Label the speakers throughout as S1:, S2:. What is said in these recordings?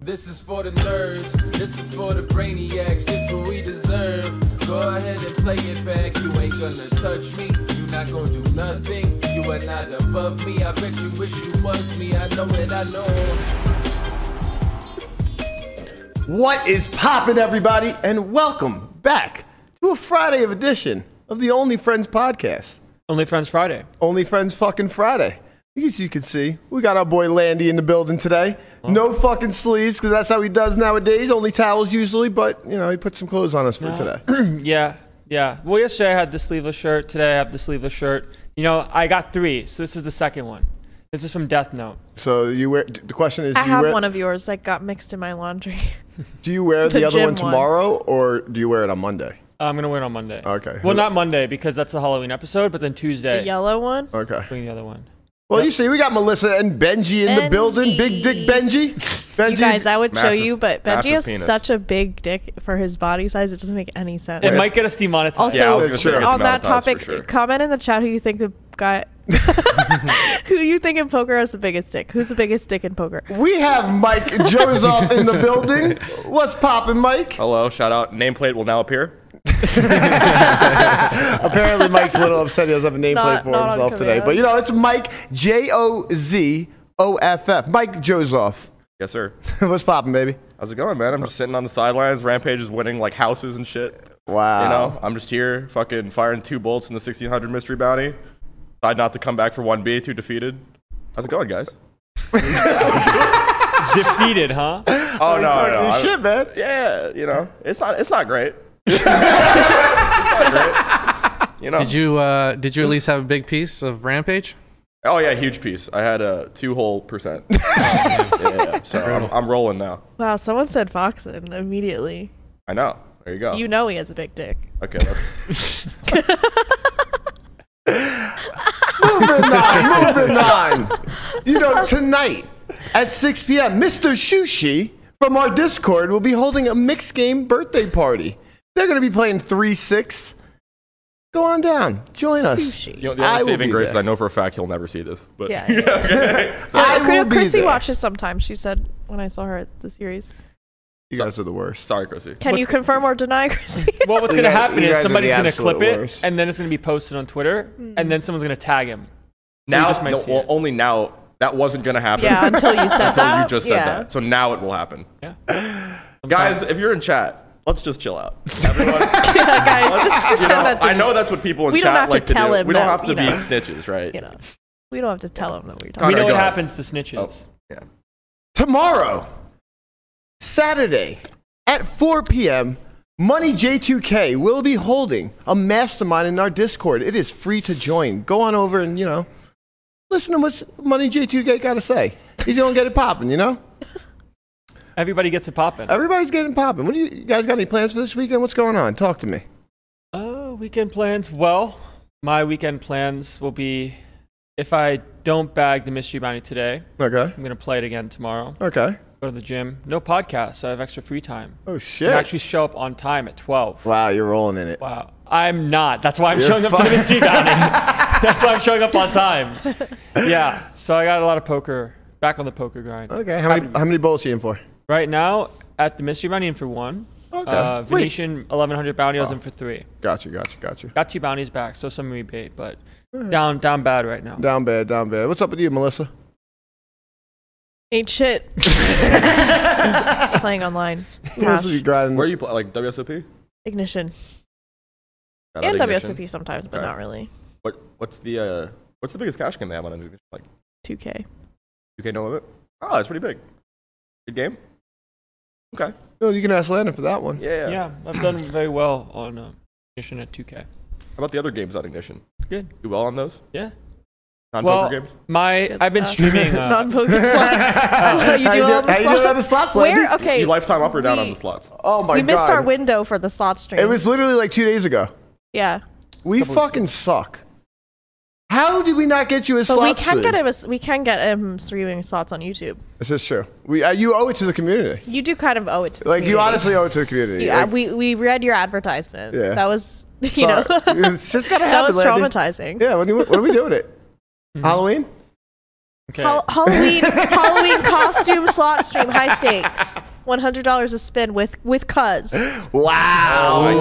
S1: This is for the nerds, this is for the brainiacs, this what we deserve. Go ahead and play it back, you ain't gonna touch me, you not gonna do nothing, you are not above me. I bet you wish you was me, I know it, I know.
S2: What is poppin', everybody, and welcome back to a Friday of edition of the Only Friends podcast.
S3: Only Friends Friday.
S2: Only Friends fucking Friday. As you can see, we got our boy Landy in the building today. No fucking sleeves, because that's how he does nowadays. Only towels usually, but you know he put some clothes on us for today.
S3: Yeah, yeah. Well, yesterday I had the sleeveless shirt. Today I have the sleeveless shirt. You know, I got three, so this is the second one. This is from Death Note.
S2: So you wear. The question is, do
S4: I
S2: you
S4: have
S2: wear,
S4: one of yours that got mixed in my laundry.
S2: do you wear the,
S4: the
S2: other one
S4: gym one.
S2: tomorrow, or do you wear it on Monday?
S3: Uh, I'm gonna wear it on Monday.
S2: Okay.
S3: Well, not Monday because that's the Halloween episode, but then
S4: The
S3: Tuesday.
S4: yellow one.
S5: Uh,
S2: Okay.
S3: Bring the other one.
S2: Well, you see, we got Melissa and Benji in the building. Big Dick Benji. Benji,
S4: You guys, I would
S5: massive-
S4: show you, but Benji
S5: massive
S4: has
S5: penis.
S4: such a big dick for his body size, it doesn't make any sense.
S3: It might get us demonetized.
S4: also,
S5: Yeah, I was
S2: gonna say it gets
S4: on that
S5: monetized for
S4: topic,
S5: sure.
S4: comment in the chat who you think the guy, who you think in poker has the biggest dick. Who's the biggest dick in poker?
S2: We have Mike Joseph in the building. What's poppin', Mike?
S5: Hello, shout out. Nameplate will now appear.
S2: Apparently, Mike's a little upset. He doesn't have a nameplate
S4: Not-
S2: for
S4: not on
S2: himself today.
S4: command.
S2: But you know, it's Mike J O Z O F F. Mike Joseph.
S5: Yes, sir.
S2: What's poppin', baby?
S5: How's it going, man? I'm just sitting on the sidelines. Rampage is winning like houses and shit.
S2: Wow.
S5: You know, I'm just here fucking firing two bolts in the 1600 mystery bounty. Decide not to come back for 1B, too defeated. How's it going, guys?
S3: defeated, huh?
S5: Oh, no, no, no.
S2: Talking
S5: I'm-
S2: shit, man.
S5: Yeah, you know, it's not, it's not great. it's not great. You know.
S6: Did you uh, did you at least have a big piece of Rampage?
S5: Oh yeah, huge piece. I had a two whole percent. yeah, yeah, yeah. So I'm, I'm rolling now.
S4: Wow, someone said Foxen immediately.
S5: I know. There you go.
S4: You know he has a big dick.
S5: okay, that's
S2: Moving on, moving on. You know, tonight at 6 p.m., Mr. Shushi from our Discord will be holding a mixed game birthday party. They're going to be playing 3 6. Go on down. Join us.
S4: Sushi.
S5: You know, the
S2: I
S5: only
S2: will
S5: saving
S2: be
S5: grace is
S2: there.
S5: I know for a fact he'll never see this. But
S4: Yeah, yeah.
S2: I
S4: Chris-
S2: will be
S4: Chrissy
S2: there.
S4: watches sometimes. She said when I saw her at the series.
S2: You guys are the worst.
S5: sorry, Chrissy.
S4: Can you confirm or deny, Chrissy?
S3: Well, what's
S2: You
S3: gonna
S2: guys-
S3: happen
S2: you guys
S3: is
S2: are
S3: somebody's
S2: the
S3: gonna
S2: absolute
S3: clip it,
S2: worst.
S3: and then it's gonna be posted on Twitter, and then someone's gonna tag him. So you
S5: Now,
S3: just might
S5: no,
S3: see
S5: well,
S3: it.
S5: only now that wasn't gonna happen.
S4: yeah, until you said
S5: until
S4: that.
S5: you just said
S4: yeah.
S5: that. So now it will happen.
S3: Yeah.
S5: Guys, if you're in chat, let's just chill out. Everyone, you
S4: guys, just pretend
S5: know,
S4: that
S5: I know that's what people in
S4: We don't
S5: chat
S4: have to
S5: like
S4: tell
S5: do.
S4: him
S5: we don't
S4: that,
S5: have to
S4: you
S5: be
S4: know.
S5: snitches, right?
S4: you know, we don't have to tell him that we're
S3: We
S4: talking.
S5: Connor,
S3: know
S5: go
S3: what
S5: ahead.
S3: happens to
S2: Oh.
S3: snitches.
S2: Tomorrow, Saturday at 4 p.m., Money J2K will be holding a mastermind in our Discord. It is free to join. Go on over and, you know, listen to what's Money J2K got to say. He's going to get it popping, you know?
S3: Everybody gets it popping.
S2: Everybody's getting popping. What do you, you guys got any plans for this weekend? What's going on? Talk to me.
S3: Uh, weekend plans. Well, my weekend plans will be if I don't bag the mystery bounty today,
S2: Okay.
S3: I'm gonna play it again tomorrow.
S2: Okay.
S3: Go to the gym. No podcast, so I have extra free time.
S2: Oh,
S3: I
S2: shit.
S3: can actually show up on time at 12.
S2: wow, you're rolling in it.
S3: Wow. I'm not. That's why I'm
S2: You're
S3: showing up to
S2: fine.
S3: the mystery bounty. That's why I'm showing up on time. Yeah. So I got a lot of poker. Back on the poker grind.
S2: Okay. How many, how many bullets are you in for?
S3: Right now at the mystery bounty, in for one.
S2: Okay.
S3: Uh,
S2: Wait.
S3: Venetian 1100 bounty, I was in for three.
S2: Gotcha, gotcha, gotcha.
S3: Got two bounties back, so some rebate, but down down bad right now.
S2: Down bad, down bad. What's up with you, Melissa?
S4: Ain't shit. Just playing online. Gosh.
S2: Melissa, you grinding.
S5: Where are you pl- like WSOP?
S4: Ignition
S5: Shout out
S4: and
S5: Ignition.
S4: WSOP sometimes, but
S5: Okay.
S4: not really.
S5: What, what's the uh, what's the biggest cash game they have on Ignition? Like
S4: 2K.
S5: UK no limit? Oh, that's pretty big. Good game. Okay.
S2: No, you can ask Landon for that one.
S5: Yeah. yeah.
S3: Yeah, I've done very well on uh, Ignition at 2K.
S5: How about the other games on Ignition?
S3: Good.
S5: Do well on those?
S3: Yeah.
S5: Non-poker
S3: Well,
S5: games?
S3: my
S4: Good
S3: I've been
S4: stuff.
S3: streaming. Uh,
S4: Non-poker slot. you
S2: How
S4: do
S2: you doing-
S4: all
S2: how
S4: the
S2: you doing on the
S4: slots.
S2: slots,
S4: Where?
S2: Landy?
S4: Okay.
S5: you lifetime up or down on
S4: we-
S5: the slots?
S2: Oh my
S4: we
S2: god.
S4: missed our window for the slot stream.
S2: It was literally like two days ago.
S4: yeah,
S2: We fucking suck. How did we not get you a
S4: but we
S2: slot
S4: can
S2: stream?
S4: get him. a s- We can get him streaming slots on YouTube.
S2: This is true. We, uh, you owe it to the community.
S4: You do kind of owe it to the
S2: Like you
S4: community.
S2: honestly owe it to the community.
S4: Yeah,
S2: Like,
S4: we we read your advertisement.
S2: Yeah.
S4: That was you
S2: sorry.
S4: know
S2: Shit's gotta
S4: that
S2: happen.
S4: was
S2: Landy.
S4: traumatizing.
S2: Mm-hmm. Yeah. When, do you- what are we doing it? Halloween.
S3: Okay.
S4: Hall- Halloween Halloween costume slot stream high stakes. One hundred dollars a spin with with cuz.
S2: Wow.
S5: Oh my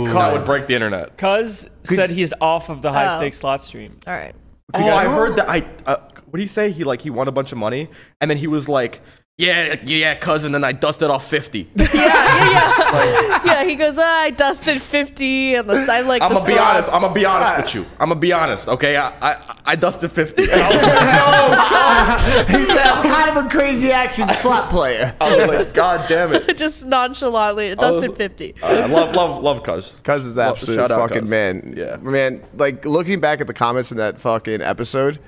S2: With
S5: god,
S2: cut.
S5: that would break the internet.
S3: Cuz said he's off of the high
S4: Oh.
S3: stakes slot stream.
S4: All right.
S5: Oh, I heard that. I uh, what did he say? He like he won a bunch of money, and then he was like, "Yeah, yeah, cousin." Then I dusted off fifty.
S4: Yeah, yeah, yeah. yeah, he goes, ah, I dusted fifty and the I like
S5: I'm
S4: the
S5: gonna be
S4: slots."
S5: honest. I'm gonna be honest with you. I'm gonna be honest. Okay, I I, I dusted fifty. And I was like, no.
S2: He said, I'm kind of Oh, a crazy action slot player.
S5: I was like, God damn it.
S4: just nonchalantly dusted
S2: Oh.
S4: fifty.
S5: Uh, love, love, love, cuz.
S2: Cuz is
S5: Well,
S2: absolute
S5: shout out
S2: fucking
S5: Cuz.
S2: man.
S5: Yeah.
S2: Man, like looking back at the comments in that fucking episode,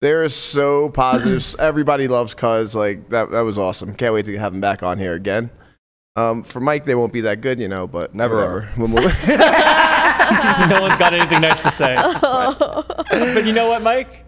S2: they're so positive. Everybody loves Cuz. Like that that was awesome. Can't wait to have him back on here again. Um, for Mike, they won't be that good, you know, but
S5: Never
S2: whatever. We'll move-
S3: no one's got anything nice to say. Oh. but you know what, Mike?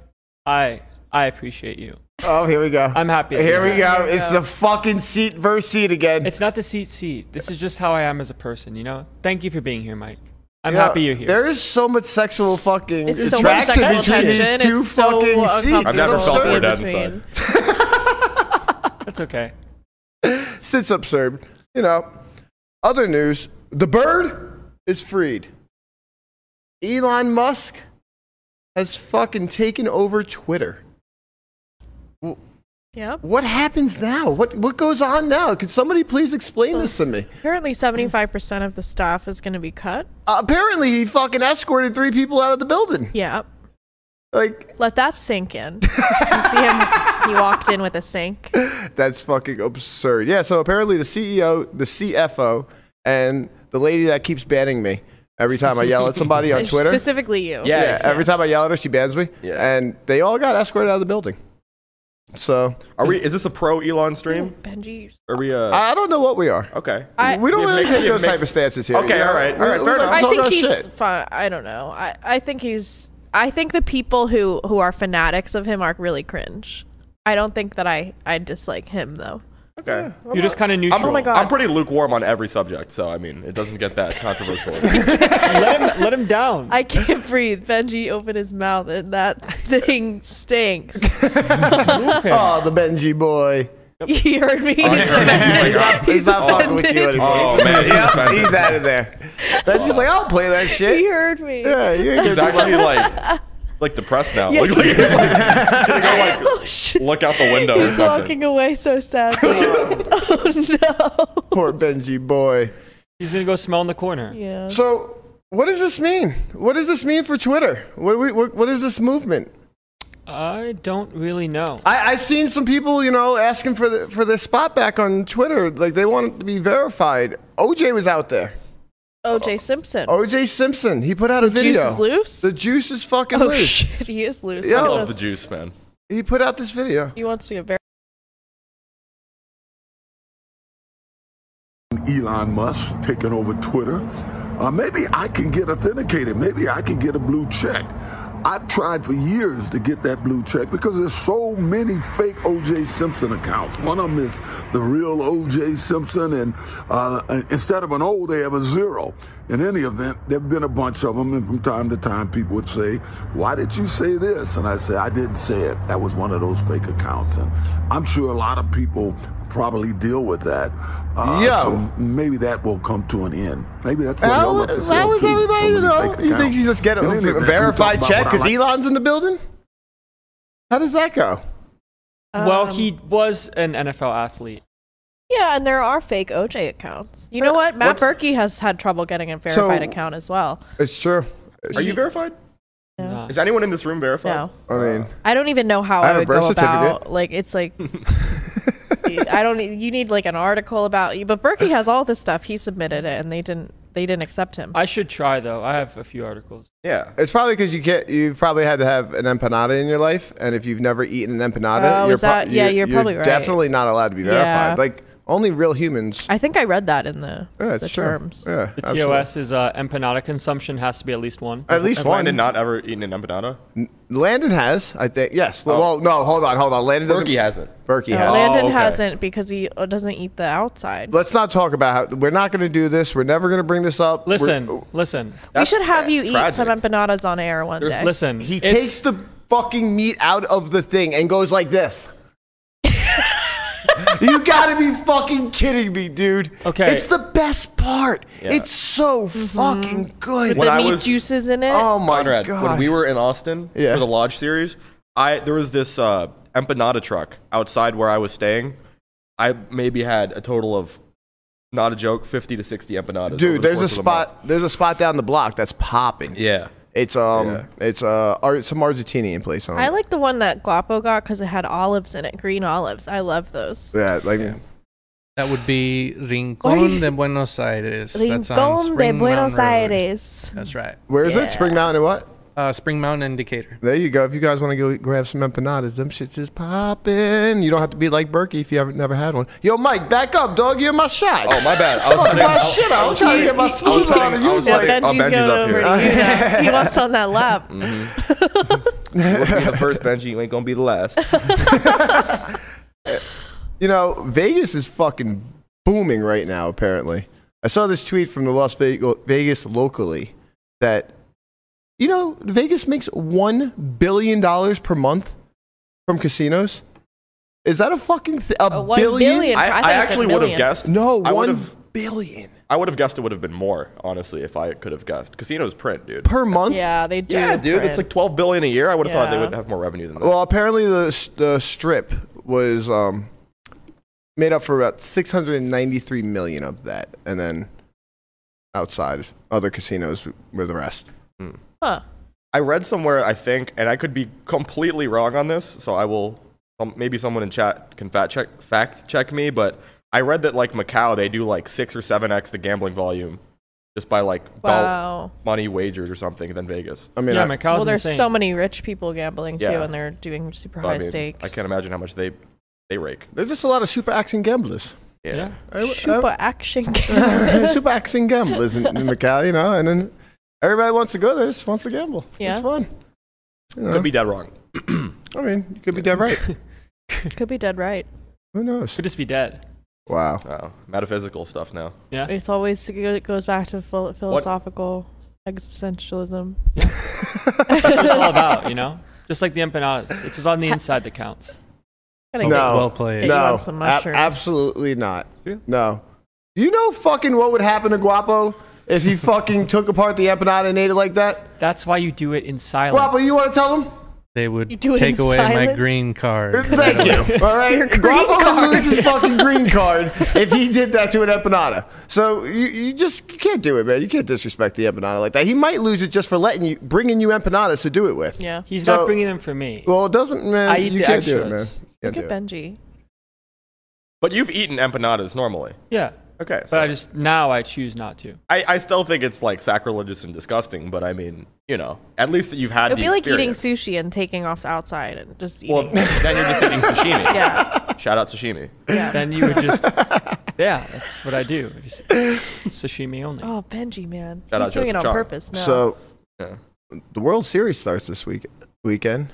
S3: I I appreciate you.
S2: oh, here we go.
S3: I'm happy. that
S2: Here
S3: you're
S2: we go. It's the fucking seat versus seat again.
S3: It's not the seat seat. This is just how I am as a person, you know? Thank you for being here, Mike. I'm
S2: Yeah,
S3: happy you're here.
S2: There is so much sexual fucking
S4: It's so much
S2: attraction
S4: sexual
S2: between these
S4: tension.
S2: two
S4: It's so
S2: fucking seats.
S4: uncomfortable
S5: I've never
S2: it's
S5: felt
S2: absurd.
S5: more
S4: in
S5: dead
S4: between.
S5: inside.
S3: That's okay.
S2: It's absurd. You know. Other news: the bird is freed. Elon Musk has fucking taken over Twitter.
S4: Yep.
S2: What happens now? What what goes on now? Could somebody please explain this to me?
S4: Apparently, seventy-five percent of the staff is going to be cut.
S2: Uh, apparently, he fucking escorted three people out of the building.
S4: Yeah,
S2: Like
S4: let that sink in. you see him? He walked in with a sink.
S2: that's fucking absurd. Yeah. So apparently, the CEO, the CFO, and the lady that keeps banning me every time I yell at somebody on Twitter.
S4: specifically you.
S5: Yeah.
S2: Yeah, every time I yell at her, she bans me.
S5: Yeah.
S2: And they all got escorted out of the building. So
S5: Are we? Is this a pro Elon stream?
S4: Benji.
S5: Are we? Uh,
S2: I I don't know what we are.
S5: okay.
S4: I-
S2: we don't
S5: We have
S2: really
S5: mixed-
S2: take
S5: we have
S2: those type of
S5: mixed-
S2: stances here.
S5: Okay, all right, all right,
S2: We-
S5: fair
S2: we don't
S5: enough.
S4: I
S5: It's
S2: talk
S4: think
S2: about
S4: he's
S2: shit.
S4: fine. I don't know. I, I think he's. I think the people who who are fanatics of him are really cringe. I don't think that I I dislike him though.
S5: Okay.
S3: You're just kind of
S5: I'm,
S3: neutral.
S4: Oh my God.
S5: I'm pretty lukewarm on every subject, so I mean, it doesn't get that controversial.
S3: Let him let him down.
S4: I can't breathe. Benji opened his mouth and that thing stinks.
S3: Move him.
S2: Oh, the Benji boy.
S4: you heard me. He's
S5: yeah.
S4: offended.
S5: Oh my God.
S2: He's not fucking with you
S4: offended.
S2: anymore.
S5: oh man, he's, offended.
S2: He's out of there. That's just like, I don't play that
S4: He
S2: shit.
S4: heard me.
S2: Yeah, you ain't
S5: He's
S2: gonna be
S5: actually like, like depressed now. Like, like,
S4: Oh shit.
S5: look out the window. or
S4: He's
S5: something.
S4: walking away so sad. oh no.
S2: poor Benji boy.
S3: He's gonna go smell in the corner.
S4: Yeah.
S2: So, what does this mean? What does this mean for Twitter? What, we, what, what is this movement?
S3: I don't really know.
S2: I, I seen some people, you know, asking for the, for their spot back on Twitter. Like they want it to be verified. OJ was out there.
S4: OJ Oh, Simpson.
S2: OJ Simpson. oh, He put out a video.
S4: Juice is loose.
S2: The juice is fucking
S4: oh
S2: loose.
S4: shit, he is loose.
S2: Yeah.
S5: I
S4: I'm
S5: love the
S4: just-
S5: juice, man.
S2: He put out this video.
S4: He wants to get very.
S7: Elon Musk taking over Twitter. Uh, maybe I can get authenticated. Maybe I can get a blue check. I've tried for years to get that blue check because there's so many fake OJ Simpson accounts. One of them is the real OJ Simpson, and uh, instead of an O, they have a zero. In any event, there have been a bunch of them, and from time to time, people would say, "Why did you say this?" And I say, "I didn't say it. That was one of those fake accounts." And I'm sure a lot of people probably deal with that. Uh,
S2: Yo.
S7: so maybe that will come to an end. Maybe that's what
S2: How,
S7: y'all up to
S2: how is everybody, you know? You think you just get a, verified check because Elon's in the building? How does that go?
S3: well,
S4: Um,
S3: he was an NFL athlete.
S4: Yeah, and there are fake OJ accounts. You know what? Matt
S2: what's-
S4: Berkey has had trouble getting a verified
S2: So-
S4: account as well.
S2: It's true.
S5: Are you verified?
S4: No.
S3: Nah.
S5: Is anyone in this room verified?
S4: No.
S2: I mean,
S4: I don't even know how
S2: I
S4: I,
S2: have a
S4: would
S2: birth
S4: go about.
S2: certificate.
S4: Like it's like I don't. You need like an article about you. But Berkey has all this stuff. He submitted it, and they didn't. They didn't accept him.
S3: I should try though. I have a few articles.
S5: Yeah.
S2: it's probably because you get you've probably had to have an empanada in your life, and if you've never eaten an
S4: Oh,
S2: empanada,
S4: is that- yeah, you're probably right.
S2: definitely not allowed to be verified.
S4: Yeah.
S2: Like only real humans.
S4: I think I read that in the,
S2: Yeah,
S4: the
S2: it's true.
S4: terms.
S2: Yeah,
S3: The
S2: absolutely.
S3: TOS is uh, empanada consumption has to be at least one.
S2: At least
S5: Has Landon
S2: one.
S5: not ever eaten an empanada?
S2: Landon has, I think. Yes. Well, no, hold on, hold on. Landon doesn't.
S5: Oh. Berkey hasn't.
S2: Berkey
S4: No,
S2: has.
S4: Landon
S5: Oh, okay.
S4: hasn't because he uh, doesn't eat the outside.
S2: Let's not talk about how we're not going to do this. We're never going to bring this up. We're- oh.
S3: Listen, listen,
S4: we should have
S5: uh,
S4: you eat some
S5: tragic.
S4: empanadas on air one day.
S3: listen.
S2: he
S3: It's-
S2: takes the fucking meat out of the thing and goes like this. you gotta be fucking kidding me, dude.
S3: Okay.
S2: It's the best part.
S5: Yeah.
S2: It's so fucking good.
S5: When
S4: the
S5: I
S4: meat
S5: was-
S4: juices in it.
S2: oh my
S5: Conrad,
S2: god.
S5: when we were in Austin
S2: Yeah.
S5: for the Lodge series, I there was this uh, empanada truck outside where I was staying. I maybe had a total of, not a joke, fifty to sixty empanadas. over
S2: Dude,
S5: the
S2: there's a
S5: course of the month.
S2: spot. there's a spot down the block that's popping.
S5: yeah,
S2: It's um,
S5: Yeah.
S2: it's uh, Ar- some Argentinian place. on
S4: I like the one that Guapo got because it had olives in it, green olives. I love those.
S2: Yeah, like
S6: That would be
S4: Why-
S6: Rincón de Buenos Aires. That's on
S4: Rincón de
S6: Spring
S4: Buenos
S6: Mountain Road.
S4: Aires.
S6: That's right.
S2: where is it? Spring Mountain and what?
S6: Uh, Spring Mountain Indicator.
S2: There you go. If you guys want to go grab some empanadas, them shits is popping. You don't have to be like Berkey if you haven't never had one. Yo, Mike, back up, dog. You're my shot.
S5: Oh my bad. I was
S2: Fuck
S5: putting-
S2: my shit. I was trying to get my speed
S5: putting-
S2: on, and
S5: I
S2: you
S5: was
S2: was
S4: Yeah,
S5: Sorry.
S2: like,
S5: putting-
S4: Benji's
S5: Oh, Benji's
S4: going over.
S5: up here.
S4: to you now. he wants on that lap.
S5: You wanna be the first Benji, you ain't gonna be the last.
S2: you know, Vegas is fucking booming right now. Apparently, I saw this tweet from the Las Vegas, Vegas locally that you know Vegas makes one billion dollars per month from casinos. Is that a fucking th- a,
S4: A one
S2: billion?
S4: billion.
S5: I,
S4: I thought
S5: I
S4: you said
S5: actually would have
S4: million.
S5: guessed.
S2: No,
S5: I would
S2: one
S5: have.
S2: billion
S5: I would have guessed it would have been more, honestly, if I could have guessed. Casinos print, dude.
S2: per month.
S4: Yeah, they do.
S5: yeah, dude,
S4: print.
S5: it's like twelve billion a year. I would have thought they
S4: Yeah.
S5: would have more revenue than that.
S2: Well, apparently the the strip was um, made up for about six hundred and ninety three million of that, and then outside other casinos were the rest.
S4: Huh.
S5: I read somewhere, I think, and I could be completely wrong on this, so I will. Um, maybe someone in chat can fact check, fact check me, but I read that like Macau, they do like six or seven x the gambling volume just by like wow.
S4: Wow.
S5: money wagered or something than Vegas.
S2: I mean,
S3: yeah,
S2: I-
S3: my cow's
S4: Well, there's
S3: insane.
S4: so many rich people gambling too,
S5: Yeah.
S4: and they're doing super
S5: So,
S4: high
S5: I, mean,
S4: stakes.
S5: I can't imagine how much they they rake.
S2: There's just a lot of super action gamblers.
S5: Yeah.
S3: Yeah.
S2: I-
S4: Super action.
S2: I- super action gamblers in, in Macau, you know, and then everybody wants to go there, just wants to gamble.
S4: Yeah.
S2: It's fun. You know,
S5: Could be dead wrong.
S2: I mean, you could be dead right.
S4: Could be dead right.
S2: Who knows?
S3: Could just be dead.
S2: Wow.
S5: Wow. Oh, Metaphysical stuff now.
S3: Yeah.
S4: It's always it goes back to phil- philosophical existentialism.
S3: That's what it's all about, you know? Just like the empanadas. It's what's on the inside that counts.
S4: Gotta get-
S6: Well,
S2: No.
S6: well
S4: Hey,
S6: played.
S4: you
S2: no,
S4: want some
S2: ab-
S4: mushrooms.
S2: absolutely not.
S3: Yeah.
S2: No. You know fucking what would happen to Guapo if he fucking took apart the empanada and ate it like that?
S3: That's why you do it in silence.
S2: Guapo, you want to tell him?
S6: They
S4: You
S6: would
S4: do it
S6: take
S4: in
S6: away my
S4: silence?
S6: green card.
S2: Thank you. All right, Guapo would
S4: card.
S2: lose his fucking green card if he did that to an empanada. So you, you just you can't do it, man. You can't disrespect the empanada like that. He might lose it just for letting you bringing you empanadas to do it with.
S4: Yeah.
S3: He's
S2: So-
S3: not bringing them for me.
S2: Well, it doesn't, man.
S3: I eat
S2: you
S3: the
S2: can't do it, man.
S3: extras.
S2: You
S4: Look
S2: can't
S4: at
S2: do it.
S4: Benji.
S5: But you've eaten empanadas normally.
S3: yeah.
S5: Okay. So
S3: But I just, now I choose not to.
S5: I, I still think it's like sacrilegious and disgusting, but I mean, you know, at least that you've had
S4: It'd
S5: the
S4: be like
S5: experience.
S4: eating sushi and taking off the outside and just eating.
S5: Well, then you're just eating sashimi.
S4: yeah.
S5: Shout out sashimi.
S4: Yeah.
S3: Then you would just, yeah, that's what I do. I Just sashimi only.
S4: Oh, Benji, man.
S5: Shout
S4: He's
S5: out
S4: doing
S5: Joseph
S4: it on
S5: Chong.
S4: purpose now.
S2: So
S5: Yeah.
S2: the World Series starts this week weekend.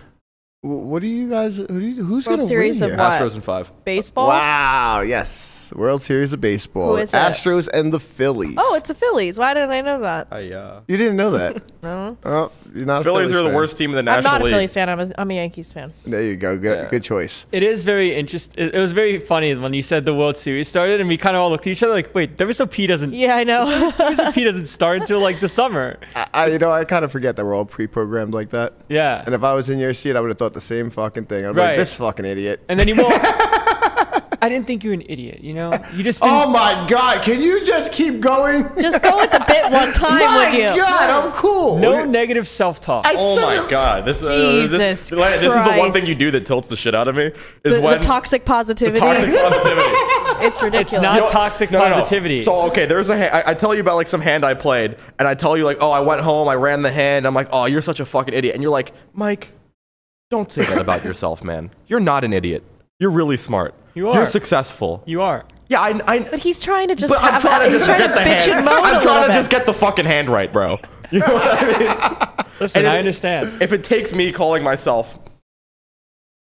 S2: W- What do you guys? Who do you, who's
S4: World
S2: going to win
S4: Series of
S2: here?
S4: what?
S5: Astros in five.
S4: Baseball?
S2: Wow! Yes, World Series of baseball.
S4: Who is it?
S2: Astros and the Phillies.
S4: Oh, it's the Phillies. Why didn't I know that?
S5: I, uh,
S2: you didn't know that.
S4: No.
S2: Oh, you're not. a
S5: Phillies, are the
S2: fan.
S5: worst team in the
S4: I'm
S5: National
S4: not a
S5: League.
S4: Phillies fan. I'm a, I'm a Yankees fan.
S2: There you go. Good,
S5: Yeah.
S2: good choice.
S3: It is very interesting. It it was very funny when you said the World Series started, and we kind of all looked at each other like, "Wait, WSOP doesn't
S4: Yeah, I know.
S3: WSOP doesn't start until like the summer."
S2: I, I you know, I kind of forget that we're all pre-programmed like that.
S3: Yeah,
S2: And if I was in your seat, I would have thought the same fucking thing. I'd be like,
S3: Right.
S2: this fucking idiot.
S3: and then you will. I didn't think you were an idiot. You know, you just didn't.
S2: Oh my god! Can you just keep going?
S4: Just go with the bit one time,
S2: my
S4: would you?
S2: god, I'm cool.
S3: no negative self-talk.
S2: I
S5: Oh
S2: said
S5: my
S2: it-
S5: god, this, uh, this,
S4: Jesus
S5: this is the one
S4: Christ.
S5: thing you do that tilts the shit out of me is
S4: The, the
S5: when
S4: toxic
S5: the
S4: positivity.
S5: toxic positivity.
S4: it's ridiculous.
S3: it's not toxic
S5: No, no, no.
S3: positivity.
S5: So okay, there's a hand, I, I tell you about like some hand I played, and I tell you like, oh, I went home, I ran the hand. I'm like, oh, you're such a fucking idiot, and you're like, Mike, don't say that about yourself, man. You're not an idiot. You're really smart.
S3: You
S5: You're
S3: are.
S5: successful.
S3: you are.
S5: Yeah, I. I
S4: But he's trying to just
S5: but
S4: have
S5: I'm trying to
S4: he's
S5: just
S4: trying
S5: get
S4: to
S5: the
S4: bitch and
S5: hand.
S4: moan
S5: I'm
S4: a little
S5: trying to
S4: bit.
S5: just get the fucking hand right, bro. You know what I mean?
S3: Listen,
S5: And
S3: I
S5: it-
S3: understand.
S5: if it takes me calling myself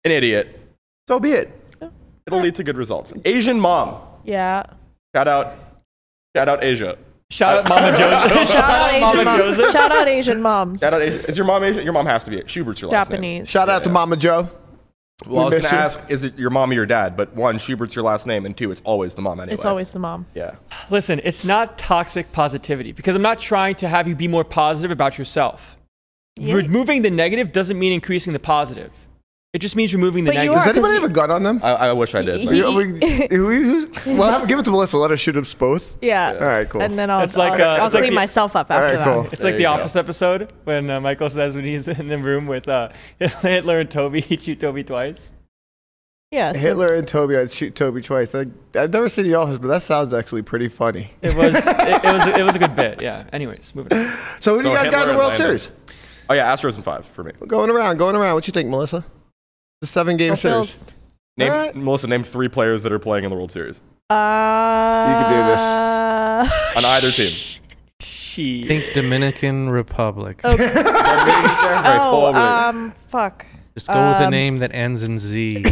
S5: an idiot, so be it. It'll lead to good results. Asian mom,
S4: yeah.
S5: shout out, shout out Asia.
S3: Shout out Mama Joseph. Shout out Mama
S4: Asian mom.
S3: Joseph.
S4: Shout out Asian moms.
S5: That is, is your mom Asian? Your mom has to be. Schubert's your last name.
S4: Japanese.
S2: Shout out to Mama Joe.
S5: Well, I was
S2: We
S5: gonna
S2: miss you.
S5: ask, is it your mom or your dad? But one, Schubert's your last name, and two, it's always the mom anyway.
S4: It's always the mom.
S5: yeah.
S3: Listen, it's not toxic positivity because I'm not trying to have you be more positive about yourself. Removing the negative doesn't mean increasing the positive. It just means removing the
S4: But you
S3: negative.
S2: Does
S4: are-
S2: anybody
S4: because
S2: have a gun on them?
S5: I, I wish I did. but-
S4: He-
S2: Yeah, we- who- who's- well, have, give it to Melissa. Let her shoot us both.
S4: Yeah.
S2: All right, cool.
S4: And then I'll,
S3: It's like,
S4: I'll,
S3: uh,
S4: I'll
S3: it's like
S4: clean
S3: the-
S4: myself up
S2: All
S4: after
S2: right,
S4: that.
S2: cool.
S3: It's like
S5: There
S3: the
S5: you go.
S3: Office episode when uh, Michael says when he's in the room with uh, Hitler and Toby, he shoot Toby twice.
S4: Yeah. So
S2: Hitler and Toby. I'd shoot Toby twice. I, I've never seen The Office, but that sounds actually pretty funny.
S3: It was it, it was it was a good bit. Yeah. Anyways, moving on.
S2: So who do you
S5: So
S2: guys got in
S5: Hitler
S2: the World
S5: and Landon.
S2: Series?
S5: oh yeah, Astros in five for me.
S2: Going around, going around. What you think, Melissa? The seven game series.
S4: Phil's-
S5: Name
S2: Alright.
S5: Melissa. Name three players that are playing in the World Series
S4: Uh,
S2: You can do this.
S5: on either team.
S3: She.
S6: Think Dominican Republic.
S4: Oh, um, fuck.
S6: Just go with
S4: um,
S6: a name that ends in Z.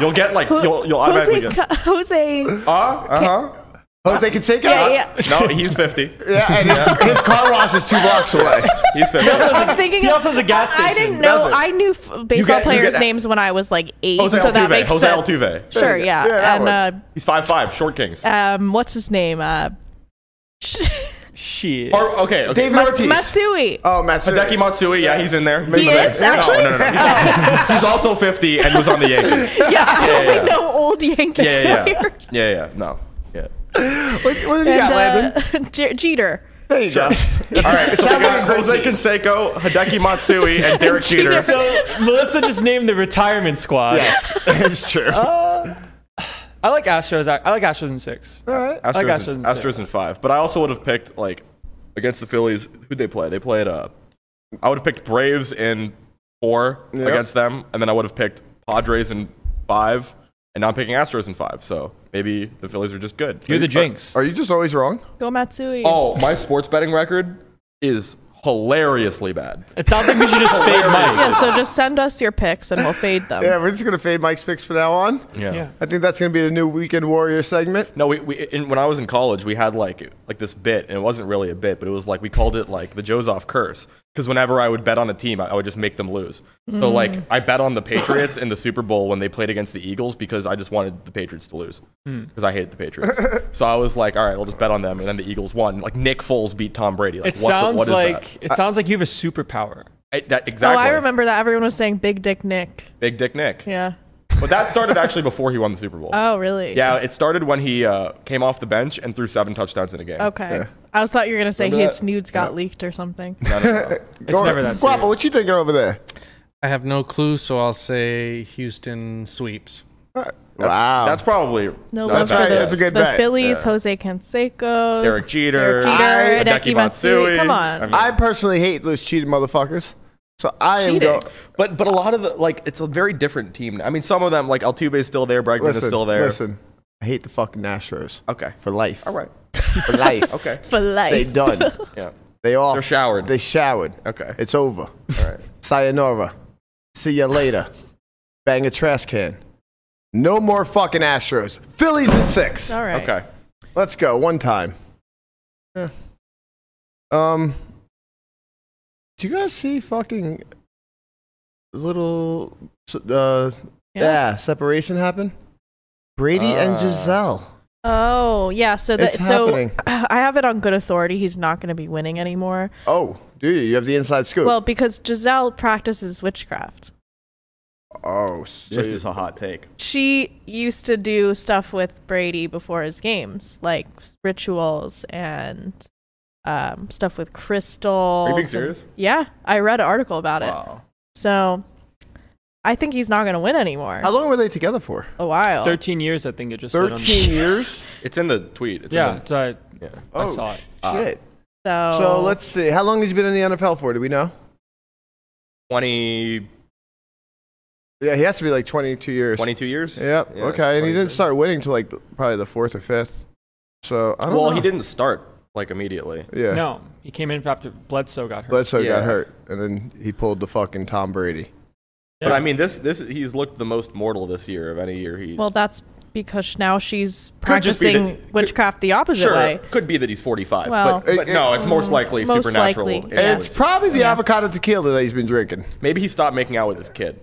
S5: you'll get like you'll you'll automatically
S4: Jose,
S5: get.
S4: Ca- Jose.
S5: Uh uh huh.
S2: Jose Canseco.
S4: Yeah, yeah.
S5: uh-huh. No, he's fifty.
S2: Yeah, and his, his car wash is two blocks away.
S5: He's fifty.
S4: I'm thinking
S3: He
S4: of-
S3: also has a gas
S4: I- I
S3: station.
S4: didn't know.
S5: Does it?
S4: I knew f- baseball
S5: get- you
S4: players'
S5: get-
S4: names when I was like eight,
S5: Jose
S4: so that
S5: Altuve,
S4: makes
S5: Jose
S4: sense.
S5: Altuve.
S4: Sure, yeah.
S2: Yeah, that
S4: and
S5: He's five five. Short Kings.
S4: uh, um, what's his name? Uh,
S3: She.
S5: Or okay, okay.
S2: David Ortiz.
S4: Masui.
S2: oh, Matsui.
S5: Hideki Matsui, yeah, he's in there.
S4: He is, actually?
S5: No, no, no, no. He's, not. He's also 50 and was on the Yankees.
S4: yeah, I
S5: yeah,
S4: only
S5: yeah.
S4: know old Yankees
S5: Yeah, yeah, yeah.
S4: players.
S5: Yeah, yeah, no. Yeah.
S2: What, what have you got,
S4: And,
S2: Landon?
S4: uh, J- Jeter.
S2: There you go.
S5: All right,
S2: It
S5: so
S2: sounds
S5: we got
S2: like a great
S5: Jose
S2: team.
S5: Canseco, Hideki Matsui, and Derek Jeter.
S4: Jeter.
S3: So Melissa just named the retirement squad.
S2: Yes,
S4: uh,
S2: it's true.
S3: I like Astros. I, I like Astros in six.
S2: All right.
S5: Astros,
S3: like Astros
S5: in,
S3: in
S5: Astros
S3: six.
S5: in five. But I also would have picked, like, against the Phillies, who'd they play? They played, uh, I would have picked Braves in four
S2: Yep.
S5: against them, and then I would have picked Padres in five, and now I'm picking Astros in five. So maybe the Phillies are just good.
S3: You're the
S5: But-
S3: jinx.
S2: Are you just always wrong?
S4: Go Matsui.
S5: Oh, my sports betting record is hilariously bad.
S3: It sounds like we should just fade
S4: Yeah,
S3: Mike.
S4: so just send us your picks and we'll fade them.
S2: Yeah, we're just gonna fade Mike's picks from now on.
S5: Yeah.
S2: I think that's gonna be the new Weekend Warrior segment.
S5: No, we, we in, when I was in college, we had like like this bit, and it wasn't really a bit, but it was like we called it like the Joseph curse. Because whenever I would bet on a team, I, I would just make them lose.
S4: Mm.
S5: So like I bet on the Patriots in the Super Bowl when they played against the Eagles because I just wanted the Patriots to lose
S4: Mm.
S5: because I hated the Patriots. so I was like, all right, we'll just bet on them, and then the Eagles won. Like Nick Foles beat Tom Brady. Like
S3: It
S5: what, the-
S3: sounds
S5: what is
S3: like
S5: that?
S3: it sounds like you have a superpower.
S5: I- that?
S4: Oh,
S5: Exactly.
S4: I remember that everyone was saying Big Dick Nick.
S5: Big Dick Nick.
S4: Yeah.
S5: But that started actually before he won the Super Bowl.
S4: Oh, really?
S5: Yeah, it started when he uh, came off the bench and threw seven touchdowns in a game.
S4: Okay. I was thought you were gonna say
S5: Remember
S4: his
S5: that?
S4: nudes got leaked or something.
S2: It's
S3: never that
S2: Guapa,
S3: serious.
S2: what you thinking over there?
S6: I have no clue, so I'll say Houston sweeps.
S2: wow,
S5: That's probably
S4: No,
S5: that's
S4: that's,
S2: right,
S4: for the,
S2: that's a good
S4: the
S2: bet.
S4: Phillies, Jose Canseco,
S5: Derek Jeter,
S4: Derek Jeter,
S5: I-
S4: Hideki Matsui.
S5: Hideki Matsui.
S4: Come on,
S5: I mean-
S2: I personally hate those cheated motherfuckers. So I am
S4: Cheating.
S2: going.
S5: But but a lot of the like it's a very different team. I mean, some of them like Altuve is still there, Bregman is
S2: Listen,
S5: still there.
S2: listen. I hate the fucking Astros
S5: Okay.
S2: for life.
S5: All right.
S2: for life.
S5: Okay.
S4: for life.
S2: They done.
S5: Yeah.
S2: They all.
S5: They're showered.
S2: They showered.
S5: Okay.
S2: It's over.
S5: All right.
S2: Sayonara. See ya later. Bang a trash can. No more fucking Astros. Phillies in six.
S4: All right.
S5: Okay.
S2: Let's go one time. Yeah. Um, do you guys see fucking little uh yeah,
S4: Yeah.
S2: separation happen? Brady
S5: Ah.
S2: and Giselle.
S4: Oh yeah. So the,
S2: It's
S4: so
S2: happening.
S4: I have it on good authority. He's not going to be winning anymore.
S2: Oh, do you? You have the inside scoop.
S4: Well, because Giselle practices witchcraft.
S2: oh, so you-
S5: a hot take.
S4: She used to do stuff with Brady before his games, like rituals and um, stuff with crystals.
S5: Are you being
S4: and-
S5: serious?
S4: yeah, I read an article about it.
S5: Wow.
S4: So I think he's not going to win anymore.
S2: how long were they together for?
S4: a while.
S5: Oh.
S3: Thirteen years, I think it just
S2: Thirteen
S3: Said
S2: years.
S5: It's in the tweet. It's
S3: on, yeah,
S5: In
S3: so I,
S5: the, yeah.
S3: I saw it.
S2: Oh,
S5: Uh,
S2: Shit.
S4: So,
S2: Uh, So let's see. How long has he been in the NFL for? Do we know?
S5: Twenty.
S2: Yeah, he has to be like 22 years.
S5: 22 years?
S2: Yep.
S5: Yeah,
S2: okay, and he
S5: 22.
S2: didn't start winning till like the, probably the fourth or fifth. So I don't
S5: Well,
S2: know.
S5: he didn't start like immediately.
S2: Yeah.
S3: No, he came in after Bledsoe got hurt.
S2: Bledsoe
S5: Yeah.
S2: got hurt, and then he pulled the fucking Tom Brady.
S5: But I mean, this this he's looked the most mortal this year of any year he's
S4: well, that's because now she's
S5: Could just be that-
S4: practicing witchcraft the opposite
S5: Sure,
S4: way.
S5: could be that he's 45,
S4: Well, Mm,
S5: but, but no, it's most likely
S4: most
S5: supernatural.
S4: likely,
S5: influence.
S4: yeah.
S2: It's probably the avocado tequila that he's been drinking.
S5: Maybe he stopped making out with his kid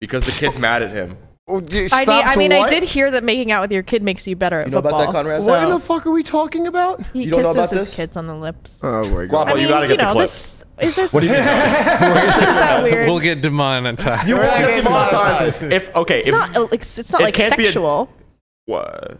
S5: because the kid's mad at him.
S2: Oh, you
S4: I,
S2: stop
S4: need, I
S2: for
S4: mean, I
S2: what?
S4: did hear that making out with your kid makes you better at
S5: You know
S4: football.
S5: about that, Conrad?
S2: What in the fuck are we talking about?
S4: He
S5: You don't know
S4: kisses
S5: about
S4: his
S5: this?
S4: kids on the lips.
S2: Oh my god.
S5: Guapo,
S4: I mean,
S5: you gotta get
S4: know,
S5: the clip.
S4: this is this
S5: What do you think?
S4: isn't that weird?
S6: We'll get demonetized.
S5: You
S2: wanna
S5: want to
S2: get monetized.
S5: If okay,
S4: it's
S5: if
S4: not uh, like it's not
S5: it
S4: like
S5: can't be a-
S4: sexual.
S5: what?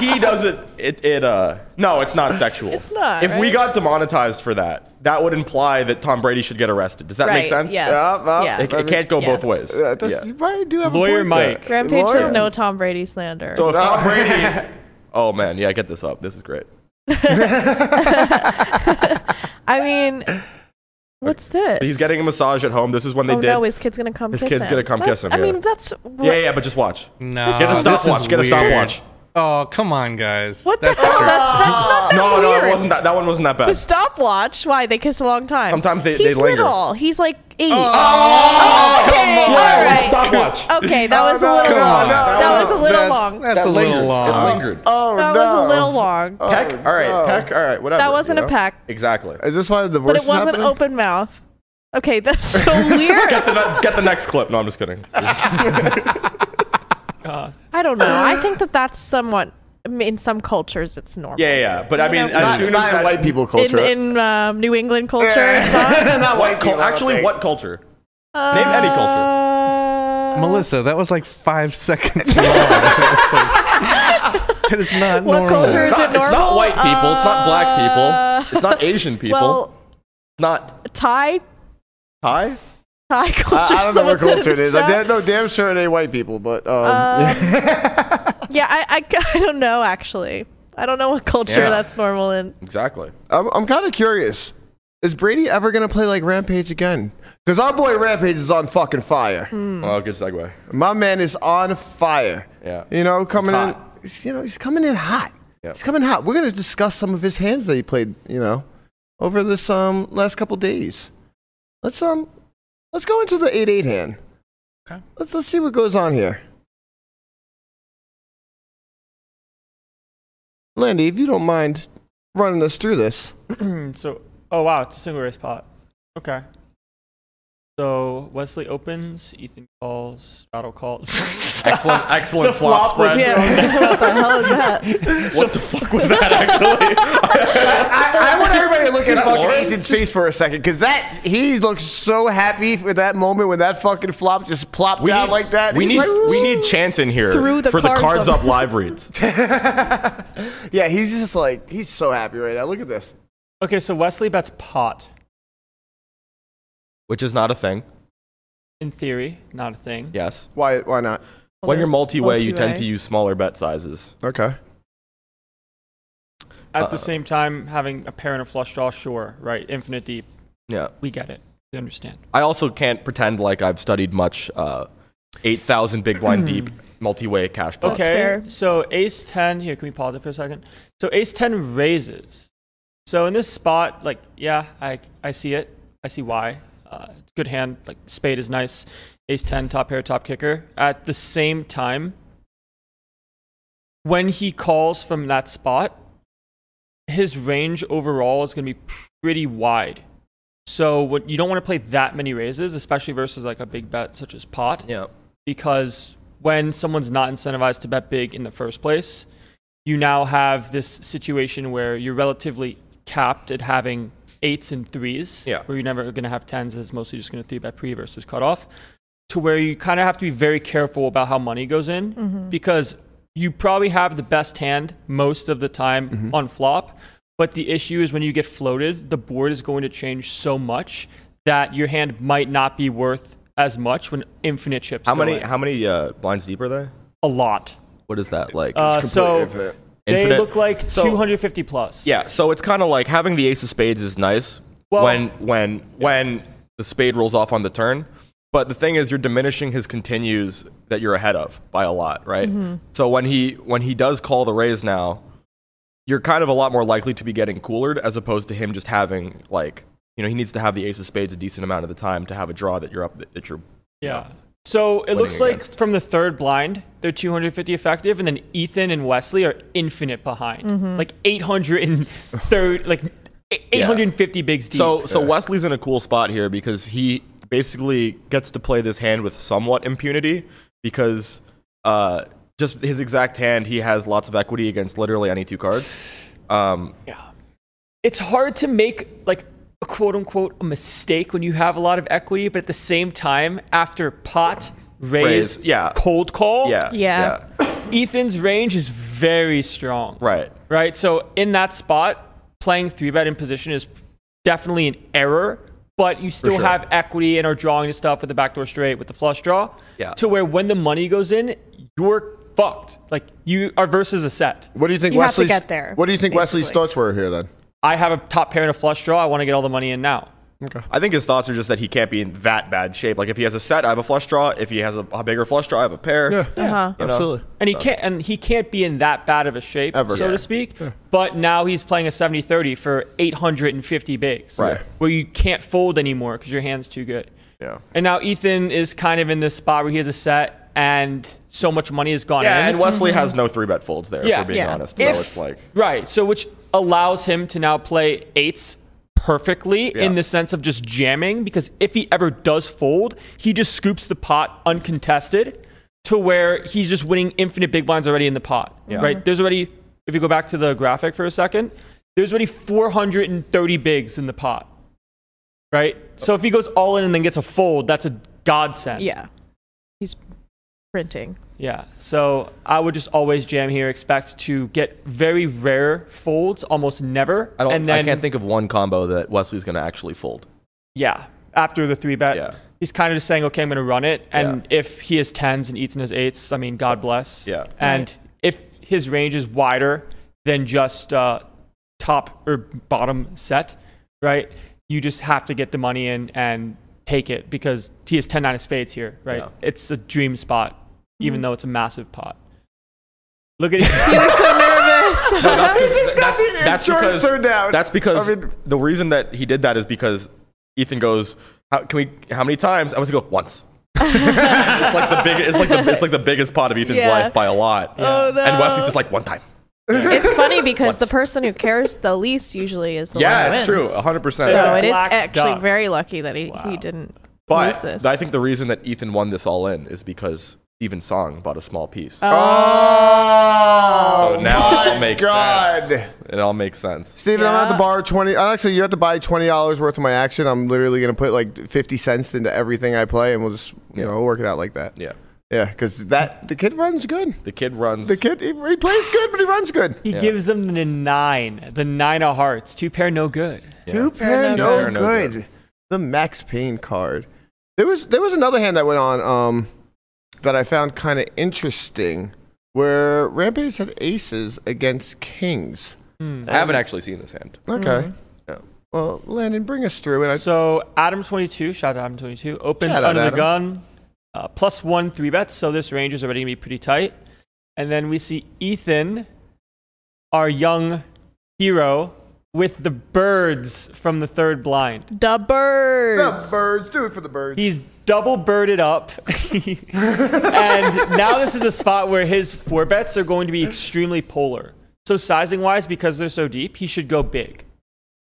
S5: he doesn't. It it uh no, it's not sexual.
S4: It's not,
S5: If we
S4: right?
S5: got demonetized for that, that would imply that Tom Brady should get arrested. Does that
S4: right,
S5: make sense?
S4: Yes.
S2: Yeah, yeah.
S4: yeah.
S5: It, it can't go
S4: Yes.
S5: both ways.
S2: Yeah, uh, that's,
S5: Yeah.
S2: You probably do have
S3: Lawyer
S2: a point there.
S3: Mike.
S4: Rampage
S2: Lawyer.
S4: says no Tom Brady slander.
S5: So if Tom Brady. Oh man, yeah, get this up. This is great.
S4: I mean, what's this?
S5: He's getting a massage at home. This is when they
S4: oh
S5: did.
S4: no, his kid's gonna come.
S5: His
S4: kiss
S5: kid's
S4: him.
S5: gonna come
S4: That's-
S5: kiss him,
S4: I
S5: yeah.
S4: mean, that's what,
S5: yeah, yeah, but just watch.
S6: No,
S5: Get a
S6: this is
S5: stopwatch. Get a
S6: weird.
S5: stopwatch.
S6: Oh, come on, guys.
S4: What the
S6: That's
S4: hell?
S6: true.
S4: That's, that's not that
S5: No,
S4: Oh, weird.
S5: no, it wasn't that. That one wasn't that
S4: The
S5: bad.
S4: stopwatch. Why they kiss a long time?
S5: Sometimes they-
S4: He's
S5: they linger.
S4: little. He's like eight.
S5: Oh,
S4: okay,
S5: come on.
S4: all right.
S5: Stopwatch.
S4: Okay, that was a little
S2: no,
S4: long.
S2: no,
S4: that was a little
S6: that's,
S4: long.
S6: That's
S5: That
S6: a little
S5: lingered. It
S6: long.
S5: lingered.
S2: Oh
S4: That
S2: no.
S4: was a little long.
S5: Peck. All right, peck. All right, whatever.
S4: That wasn't
S5: you
S4: a
S5: know?
S4: peck.
S5: Exactly.
S2: Is this why the
S4: but
S2: divorce
S4: it wasn't
S2: is happening?
S4: open mouth. Okay, that's so weird.
S5: Get the, ne- get the next clip. No, I'm just kidding.
S4: I don't know. I think that that's somewhat. I mean, in some cultures, it's normal.
S5: Yeah, yeah. But I mean,
S4: know,
S5: as
S2: Not,
S5: soon as
S2: not in
S5: that,
S2: white people
S4: In,
S2: culture.
S4: in um, New England culture, it's not.
S2: not
S5: what
S2: white people. I
S5: cul-
S2: don't
S5: actually,
S2: think.
S5: what culture? Name any culture.
S4: Uh,
S6: Melissa, that was like five seconds long. It's like- that is not
S4: What
S6: normal.
S4: culture is
S5: It's not,
S4: it normal? Uh,
S5: it's not white people. It's not black people. It's not Asian people.
S4: Well,
S5: not
S4: Thai
S5: Thai.
S4: Thai culture.
S2: I, I don't know
S4: someone
S2: what
S4: said in
S2: culture it
S4: the
S2: is. I
S4: chat.
S2: damn, no, damn sure it ain't white people, but
S4: Uh,
S2: um,
S4: Yeah, I, I, I don't know actually. I don't know what culture
S5: Yeah.
S4: that's normal in.
S5: Exactly.
S2: I'm, I'm kind of curious. Is Brady ever gonna play like Rampage again? Because our boy Rampage is on fucking fire.
S4: Hmm.
S5: Oh, good segue.
S2: My man is on fire.
S5: Yeah.
S2: You know, coming
S5: He's
S2: in. he's- You know, he's coming in hot.
S5: Yeah.
S2: He's coming hot. We're gonna discuss some of his hands that he played. You know, over this um last couple days. Let's um, let's go into the eight eight hand. Okay. Let's let's see what goes on here. Landy, if you don't mind running us through this.
S3: so, oh wow, it's a single race pot. Okay. So Wesley opens, Ethan calls, Straddle calls.
S5: Excellent, excellent
S3: The
S5: flop,
S3: flop was-
S5: spread.
S4: what the hell is that?
S5: What the fuck was that actually?
S2: I, I want everybody to look at
S5: Is that
S2: fucking
S5: Lauren?
S2: Ethan's face for a second, because that he looks so happy with that moment when that fucking flop just plopped out like that.
S5: We
S2: He's
S5: need,
S2: like,
S5: we need chance in here
S4: Threw the
S5: for
S4: cards
S5: the cards
S4: up.
S5: up live reads.
S2: yeah, he's just like he's so happy right now. Look at this.
S3: okay, so Wesley bets pot.
S5: Which is not a thing.
S3: In theory, not a thing.
S5: Yes.
S2: Why? Why not?
S5: When you're multi-way, you tend
S4: Multi-way.
S5: to use smaller bet sizes.
S2: Okay.
S3: At
S5: Uh,
S3: the same time, having a pair and a flush draw, sure, right? Infinite deep,
S5: Yeah.
S3: we get it, we understand.
S5: I also can't pretend like I've studied much uh, 8,000 big blind deep multi-way cash pots.
S3: Okay,
S4: fair.
S3: so Ace Ten here. Can we pause it for a second? So Ace Ten raises. So in this spot, like, yeah, I I see it. I see why. Uh, good hand. Like Spade is nice. Ace Ten, top pair, top kicker. At the same time, when he calls from that spot, his range overall is going to be pretty wide. So what, you don't want to play that many raises, especially versus like a big bet such as pot
S5: Yeah.
S3: because when someone's not incentivized to bet big in the first place, you now have this situation where you're relatively capped at having eights and threes,
S5: Yeah.
S3: where you're never going to have tens. It's mostly just going to three bet pre versus cutoff, to where you kind of have to be very careful about how money goes in because you probably have the best hand most of the time
S5: Mm-hmm.
S3: on flop. But the issue is when you get floated, the board is going to change so much that your hand might not be worth as much when infinite chips.
S5: How
S3: go
S5: many,
S3: in
S5: how many uh, blinds deep are they?
S3: a lot.
S5: What is that like?
S3: Uh, so they
S5: Infinite.
S3: look like
S5: So-
S3: 250 plus.
S5: yeah, so it's kind of like having the ace of spades is nice
S3: Well-
S5: when when when the spade rolls off on the turn. But the thing is, you're diminishing his continues that you're ahead of by a lot, right? So when he when he does call the raise now, you're kind of a lot more likely to be getting coolered as opposed to him just having like you know he needs to have the ace of spades a decent amount of the time to have a draw that you're up that you're
S3: Yeah. So it looks like
S5: against.
S3: from the third blind, they're 250 effective, and then Ethan and Wesley are infinite behind, like 830, like e-, 850 bigs deep.
S5: So so Wesley's in a cool spot here because he basically gets to play this hand with somewhat impunity because uh, just his exact hand he has lots of equity against literally any two cards. Um,
S3: it's hard to make like a quote unquote a mistake when you have a lot of equity, but at the same time, after pot raise,
S5: Raise, yeah.
S3: cold call,
S5: yeah,
S4: Yeah.
S3: Ethan's range is very strong.
S5: right.
S3: Right. So in that spot, playing three bet in position is definitely an error, but you still
S5: sure.
S3: have equity and are drawing to stuff with the backdoor straight with the flush draw.
S5: Yeah.
S3: To where when the money goes in, you're fucked. Like you are versus a set.
S2: What do you think
S8: You have to
S2: Wesley's
S8: get there,
S2: What do you think Wesley's
S8: basically.
S2: thoughts were here then?
S3: I have a top pair and a flush draw. I want to get all the money in now.
S5: I think his thoughts are just that he can't be in that bad shape. Like if he has a set, I have a flush draw. If he has a, a bigger flush draw, I have a pair.
S4: Uh-huh.
S5: You know?
S3: And he can't and he can't be in that bad of a shape,
S5: Ever.
S3: so
S5: Yeah.
S3: to speak. But now he's playing a 70-30 for 850 bigs.
S5: Right.
S3: Where you can't fold anymore because your hand's too good.
S5: Yeah.
S3: And now Ethan is kind of in this spot where he has a set and so much money has gone
S5: Yeah,
S3: in.
S5: and Wesley has no three bet folds there,
S3: Yeah.
S5: if we're being
S8: Mm-hmm. Yeah.
S5: honest.
S3: If-
S5: so it's like
S3: right. So which allows him to now play eights perfectly in
S5: Yeah.
S3: the sense of just jamming because if he ever does fold, he just scoops the pot uncontested to where he's just winning infinite big blinds already in the pot. Right? There's already if you go back to the graphic for a second, there's already 430 bigs in the pot. Right? So if he goes all in and then gets a fold, that's a godsend.
S4: Yeah. He's printing.
S3: Yeah. So I would just always jam here, expect to get very rare folds, almost never.
S5: I don't.
S3: and then,
S5: I can't think of one combo that Wesley's going to actually fold.
S3: Yeah. After the three bet,
S5: Yeah.
S3: he's kind of just saying, okay, I'm going to run it. And if he has tens and Ethan has eights, I mean, God bless.
S5: Yeah.
S3: And if his range is wider than just uh, top or bottom set, right? You just have to get the money in and take it because he has 10 9 of spades here, right?
S5: Yeah.
S3: It's a dream spot, even though it's a massive pot. Look at
S4: He's so nervous.
S5: No, that's 'cause-
S2: He's got
S5: that's-
S2: the
S5: that's
S2: insurance
S5: because-
S2: turned down.
S5: That's because
S2: I mean-
S5: the reason that he did that is because Ethan goes, "How can we? How many times?" I was gonna go once. it's like the big. It's like the. It's like the biggest pot of Ethan's
S4: Yeah.
S5: life by a lot.
S4: Oh, no.
S5: And Wesley's just like one time.
S4: It's funny because the
S5: Once.
S4: person who cares the least usually is the
S5: yeah,
S4: one who
S5: it's true,
S4: wins.
S5: 100. percent
S4: So it is
S3: Black
S4: actually
S3: duck.
S4: very lucky that he,
S3: Wow.
S4: he didn't lose
S5: But
S4: this.
S5: I think the reason that Ethan won this all in is because Steven Song bought a small piece.
S2: Oh,
S5: So now it all
S2: my
S5: makes
S2: God.
S5: sense. It all makes sense.
S2: Steven, I'm gonna have
S4: Yeah.
S2: to borrow twenty. uh, Actually, you have to buy twenty dollars worth of my action. I'm literally gonna put like fifty cents into everything I play, and we'll just you
S5: Yeah.
S2: know we'll work it out like that.
S5: Yeah,
S2: Yeah, because that the kid runs good.
S5: the kid runs.
S2: The kid he, he plays good, but he runs good.
S3: He gives them the nine, the nine of hearts. Two pair, no good.
S2: Two pair,
S5: no
S2: no
S5: good.
S2: good. The Max Payne card. There was there was another hand that went on um, that I found kind of interesting, where Rampage had aces against kings.
S5: I haven't actually seen this hand.
S2: Okay.
S4: Mm-hmm.
S2: Yeah. Well, Landon, bring us through it. I,
S3: So Adam twenty two, shout out Adam twenty two, opens
S2: Shout out,
S3: under the
S2: Adam.
S3: gun, uh, plus one three bets. So this range is already gonna be pretty tight. And then we see Ethan, our young hero, with the birds from the third blind.
S4: the birds.
S2: Do it for the birds.
S3: He's double birded up. and now this is a spot where his four bets are going to be extremely polar. So sizing wise, because they're so deep, he should go big.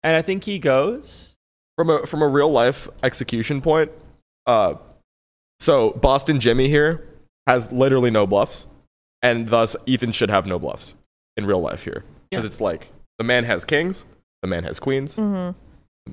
S3: And I think he goes.
S5: from a from a real life execution point, uh, so Boston Jimmy here has literally no bluffs, and thus Ethan should have no bluffs in real life here because
S3: Yeah.
S5: it's like the man has kings, the man has queens, you know,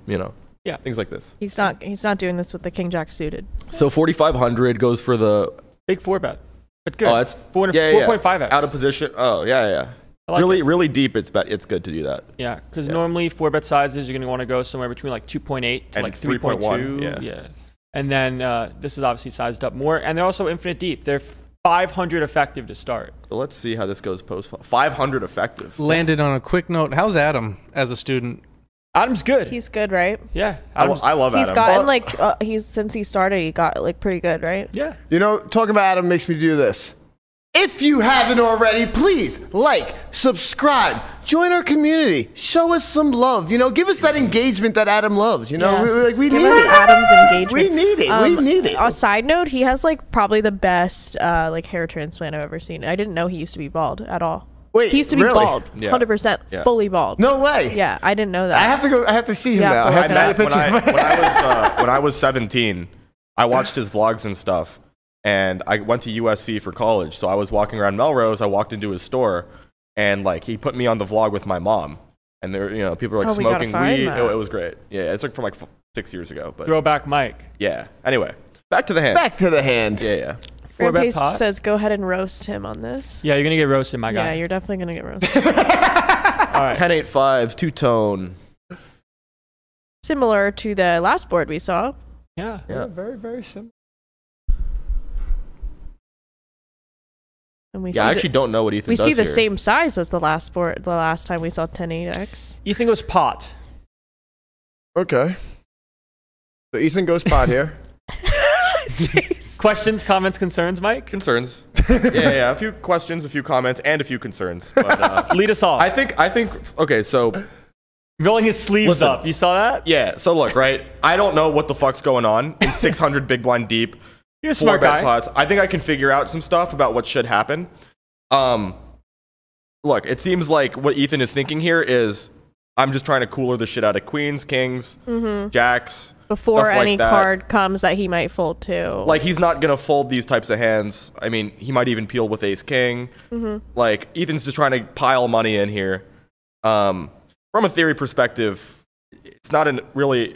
S3: Mm-hmm. Yeah.
S5: things like this.
S4: He's not. He's not doing this with the king jack suited.
S5: So forty five hundred goes for the
S3: Big four bet. But good.
S5: oh, that's
S3: four
S5: yeah, yeah, yeah.
S3: 4.5 X.
S5: out of position. Oh yeah, yeah,
S3: I like
S5: really,
S3: it.
S5: really deep. It's bet. It's good to do that.
S3: Yeah, because normally four bet sizes you're gonna want to go somewhere between like 2.8 to
S5: And
S3: like
S5: 3.1,
S3: 3.2.
S5: yeah.
S3: And then uh, this is obviously sized up more, and they're also infinite deep. They're 500 effective to start.
S5: So let's see how this goes post five hundred effective.
S6: Landed on a quick note. How's Adam as a student?
S3: Adam's good.
S4: He's good, right?
S3: yeah,
S5: I, lo-
S3: Adam's,
S5: I love
S4: He's
S5: Adam.
S4: gotten like uh, he's since he started, he got like pretty good, right?
S3: yeah.
S2: you know, talking about Adam makes me do this. If you haven't already, please like, subscribe, join our community, show us some love. You know, give us that engagement that Adam loves. You know,
S4: Yes.
S2: we, like we
S4: Give
S2: need
S4: us
S2: it.
S4: Adam's engagement.
S2: We need it. we
S4: Um,
S2: need it.
S4: A side note: He has like probably the best uh, like hair transplant I've ever seen. I didn't know he used to be bald at all.
S2: Wait,
S4: he used to be
S2: really?
S4: bald,
S5: Yeah.
S4: hundred percent,
S5: Yeah.
S4: fully bald.
S2: No way.
S4: yeah, I didn't know that.
S2: I have to go. I have to see him
S4: Yeah,
S2: now. I
S4: I
S2: have
S5: I
S2: to see a
S5: met when
S2: picture.
S5: I, when I was uh, when I was 17, I watched his vlogs and stuff, and I went to USC for college. So I was walking around Melrose. I walked into his store, and like he put me on the vlog with my mom, and there you know people were like
S4: Oh, we gotta
S5: smoking
S4: find
S5: weed.
S4: that.
S5: It, it was great. Yeah, it's like from like f- six years ago, but
S3: Throwback Mike.
S5: yeah. Anyway, back to the hand.
S2: Back to the hand.
S5: Yeah, yeah.
S3: Four
S4: Grandpa
S3: bet pot.
S4: says, "Go ahead and roast him on this."
S3: yeah, you're gonna get roasted, my
S4: Yeah,
S3: guy.
S4: you're definitely gonna get roasted.
S3: All right.
S5: 1085 two tone.
S4: Similar to the last board we saw.
S3: Yeah.
S2: Yeah, very, very similar.
S4: And we
S5: Yeah,
S4: see
S5: I
S4: the-
S5: actually don't know what Ethan
S4: we
S5: does
S4: see the
S5: here.
S4: same size as the last board. The last time we saw 1080x.
S3: Ethan goes pot.
S2: Okay. So Ethan goes pot here.
S3: Questions, comments, concerns, Mike?
S5: concerns. yeah, yeah, yeah, a few questions, a few comments, and a few concerns. But uh,
S3: Lead us off.
S5: I think I think okay, so
S3: Rolling his sleeves
S5: Listen.
S3: up. You saw that?
S5: Yeah, so look, right? I don't know what the fuck's going on in 600 big blind deep,
S3: You're a
S5: four
S3: smart
S5: bet
S3: guy.
S5: pots. I think I can figure out some stuff about what should happen. Um, look, it seems like what Ethan is thinking here is I'm just trying to cooler the shit out of queens, kings,
S3: Mm-hmm.
S5: jacks.
S4: Before
S5: stuff like
S4: any
S5: that.
S4: card comes that he might fold to.
S5: Like, he's not going to fold these types of hands. I mean, he might even peel with ace king. Like, Ethan's just trying to pile money in here. Um, from a theory perspective, it's not an really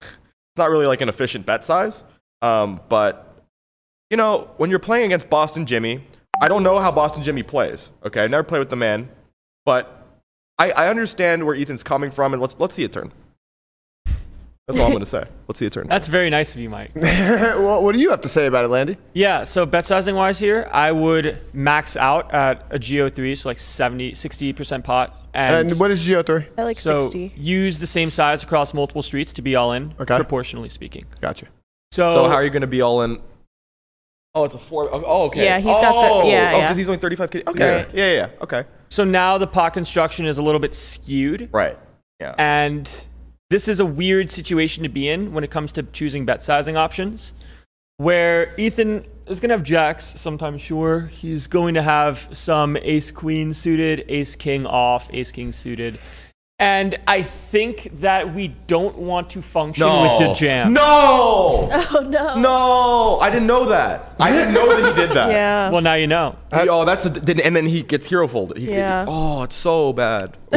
S5: it's not really like an efficient bet size. Um, but you know, when you're playing against Boston Jimmy, I don't know how Boston Jimmy plays. Okay, I never played with the man, but I, I understand where Ethan's coming from, and let's let's see a turn. That's all I'm gonna say. Let's see a turn.
S3: That's very nice of you, Mike.
S2: well, what do you have to say about it, Landy?
S3: Yeah, so bet sizing wise here, I would max out at a GO3, so like 70, 60% pot. And,
S2: And, what is Geo3?
S4: I like
S3: so
S4: 60.
S3: use the same size across multiple streets to be all in,
S2: Okay.
S3: proportionally speaking.
S2: Gotcha.
S3: So,
S5: So how are you gonna be all in? Oh, it's a four. Oh, okay.
S4: Yeah, he's
S5: oh,
S4: got the- yeah,
S5: Oh,
S4: yeah.
S5: because he's only 35 kids. Okay.
S4: Right.
S5: Yeah, yeah, yeah. Okay.
S3: so now the pot construction is a little bit skewed.
S5: Right. Yeah.
S3: And this is a weird situation to be in when it comes to choosing bet sizing options, where Ethan is going to have jacks sometime, sure. He's going to have some ace queen suited, ace king off, ace king suited. And I think that we don't want to function with the jam.
S5: No.
S4: oh no.
S5: No, I didn't know that. I didn't know that he did that.
S4: Yeah.
S3: Well, now you know.
S5: He- oh, that's a, did, and then he gets hero folded. He-
S4: Yeah.
S5: Oh, it's so bad.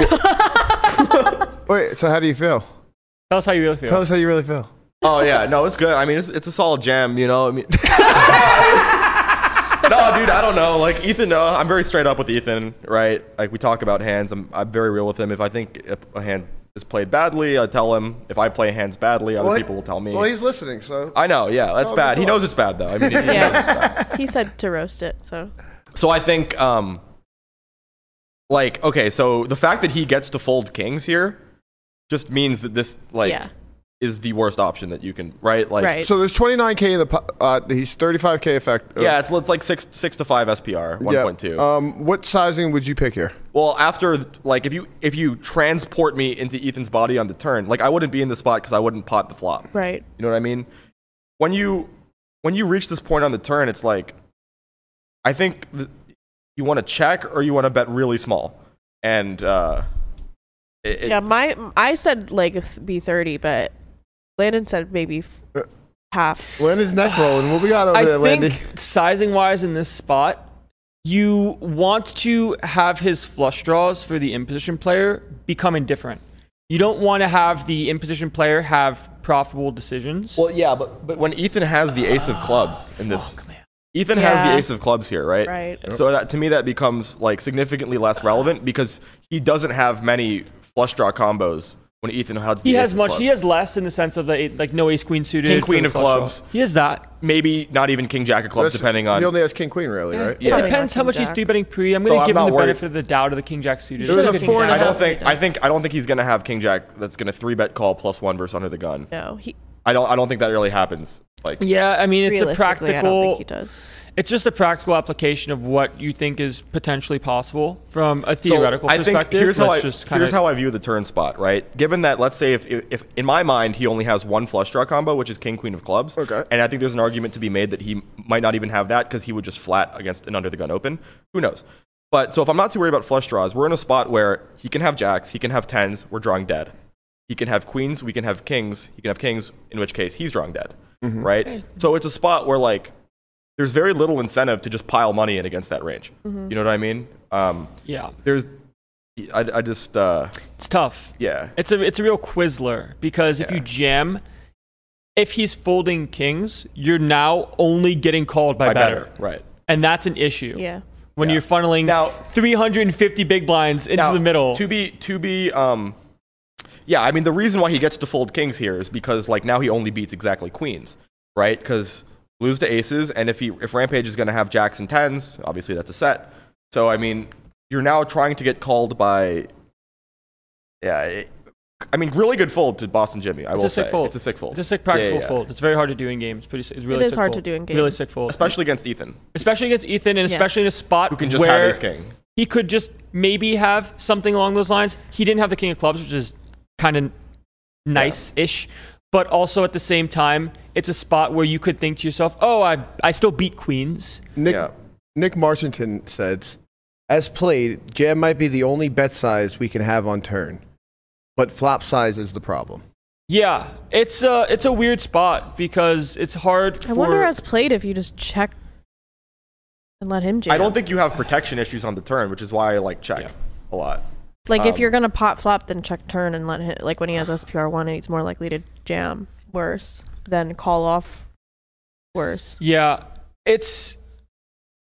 S2: Wait, so how do you feel?
S3: Tell us how you really feel.
S2: Tell us how you really feel.
S5: Oh yeah, no, it's good. I mean, it's, it's a solid jam, you know. I mean, no, dude, I don't know. Like Ethan, uh, I'm very straight up with Ethan, right? Like we talk about hands. I'm I'm very real with him. If I think if a hand is played badly, I tell him. If I play hands badly, other people will tell me.
S2: Well, he's listening, so.
S5: I know, yeah, that's
S2: Oh,
S5: bad. He
S2: cool.
S5: knows it's bad though. I mean, he- he knows it's bad.
S4: Yeah. he said to roast it, so
S5: So I think, um, like, okay, so the fact that he gets to fold kings here just means that this, like,
S4: yeah.
S5: is the worst option that you can, right? Like,
S4: Right.
S2: So there's 29K in the pot. Uh, he's 35K effect. uh,
S5: yeah, it's, it's like six, six to five SPR,
S2: yeah.
S5: 1.2.
S2: Um, what sizing would you pick here?
S5: well, after, like, if you if you transport me into Ethan's body on the turn, like, I wouldn't be in the spot because I wouldn't pot the flop.
S4: Right.
S5: You know what I mean? When you when you reach this point on the turn, it's like I think th- you want to check or you want to bet really small, and uh, it, it-
S4: yeah, my I said like th- be 30, but Landon said maybe
S2: Uh,
S4: f- half.
S2: When is neck rolling? What we
S4: Oh,
S2: got over
S3: I
S2: there, Landy?
S3: think sizing wise in this spot, you want to have his flush draws for the imposition player become indifferent. You don't want to have the imposition player have profitable decisions.
S5: well, yeah, but but when Ethan has the ace of clubs in this, Ethan has
S4: Yeah.
S5: the ace of clubs here, right?
S4: Right.
S5: So that to me that becomes like significantly less relevant because he doesn't have many flush draw combos when Ethan has. The
S3: he
S5: ace
S3: has
S5: of
S3: much.
S5: Clubs.
S3: He has less in the sense of the like no ace queen suited.
S5: King,
S3: for
S5: queen
S3: the
S5: of
S3: flush draw.
S5: clubs.
S3: He has that.
S5: maybe not even king jack of clubs, depending on
S2: He only has king queen, really, right?
S5: Yeah.
S3: It depends how much he's
S4: Jack.
S3: three betting pre. I'm going
S5: So
S3: to
S5: I'm
S3: give him
S5: not
S3: the
S5: worried.
S3: benefit of the doubt of the king jack suited.
S2: It was
S4: Should've
S2: a
S4: king
S2: four and a
S5: I
S4: jack.
S2: half.
S5: don't think I think I don't think he's gonna have King Jack that's gonna three bet call plus one versus under the gun.
S4: No, he
S5: I don't I don't think that really happens. Like,
S3: Yeah, I mean it's a
S4: Realistically, I don't think
S3: practical.
S4: he does.
S3: It's just a practical application of what you think is potentially possible from a
S5: So,
S3: theoretical perspective.
S5: here's how
S3: Let's
S5: I,
S3: just kinda-
S5: here's how I view the turn spot, right? Given that, let's say if, if, if in my mind he only has one flush draw combo, which is king queen of clubs,
S2: Okay.
S5: and I think there's an argument to be made that he might not even have that because he would just flat against an under the gun open. Who knows? But so if I'm not too worried about flush draws, we're in a spot where he can have jacks, he can have tens, we're drawing dead. He can have queens, we can have kings, he can have kings, in which case he's drawing dead, right? So it's a spot where like there's very little incentive to just pile money in against that range.
S3: Mm-hmm.
S5: You know what I mean? Um,
S3: yeah,
S5: there's I, I just uh
S3: it's tough.
S5: yeah
S3: It's a it's a real Quizler because if you jam, if he's folding kings, you're now only getting called by,
S5: I
S3: better.
S5: better. right
S3: and that's an issue.
S4: Yeah.
S3: when
S5: Yeah.
S3: you're funneling
S5: Now-
S3: 350 big blinds into
S5: Now,
S3: the middle.
S5: to be to be um yeah I mean the reason why he gets to fold kings here is because like now he only beats exactly queens right because lose to aces and if he if rampage is gonna have jacks and tens obviously that's a set so I mean you're now trying to get called by yeah it, I mean really good fold to Boston Jimmy I
S3: it's
S5: will
S3: a sick
S5: say
S3: fold.
S5: it's a sick fold
S3: It's a sick
S5: Yeah, yeah,
S3: practical
S5: yeah.
S3: fold. It's very hard to do in games. Pretty, s- it's really
S4: is
S3: sick
S4: hard
S3: fold.
S4: to do in
S3: Really
S4: games.
S3: sick fold,
S5: especially against Ethan
S3: especially against Ethan, and
S4: Yeah.
S3: especially in a spot
S5: who can just
S3: where
S5: have ace king
S3: he could just maybe have something along those lines. He didn't have the king of clubs, which is kind of nice-ish, but also at the same time, it's a spot where you could think to yourself, "Oh, I I still beat queens."
S2: Nick
S5: Yeah.
S2: Nick Marchington said, as played, jam might be the only bet size we can have on turn, but flop size is the problem.
S3: Yeah, it's a it's a weird spot because it's hard.
S4: I
S3: for,
S4: wonder as played if you just check and let him jam.
S5: I don't think you have protection issues on the turn, which is why I like check
S3: Yeah.
S5: a lot.
S4: like if
S5: um,
S4: you're gonna pot flop, then check turn and let him. Like when he has SPR one, he's more likely to jam worse than call off worse.
S3: Yeah, it's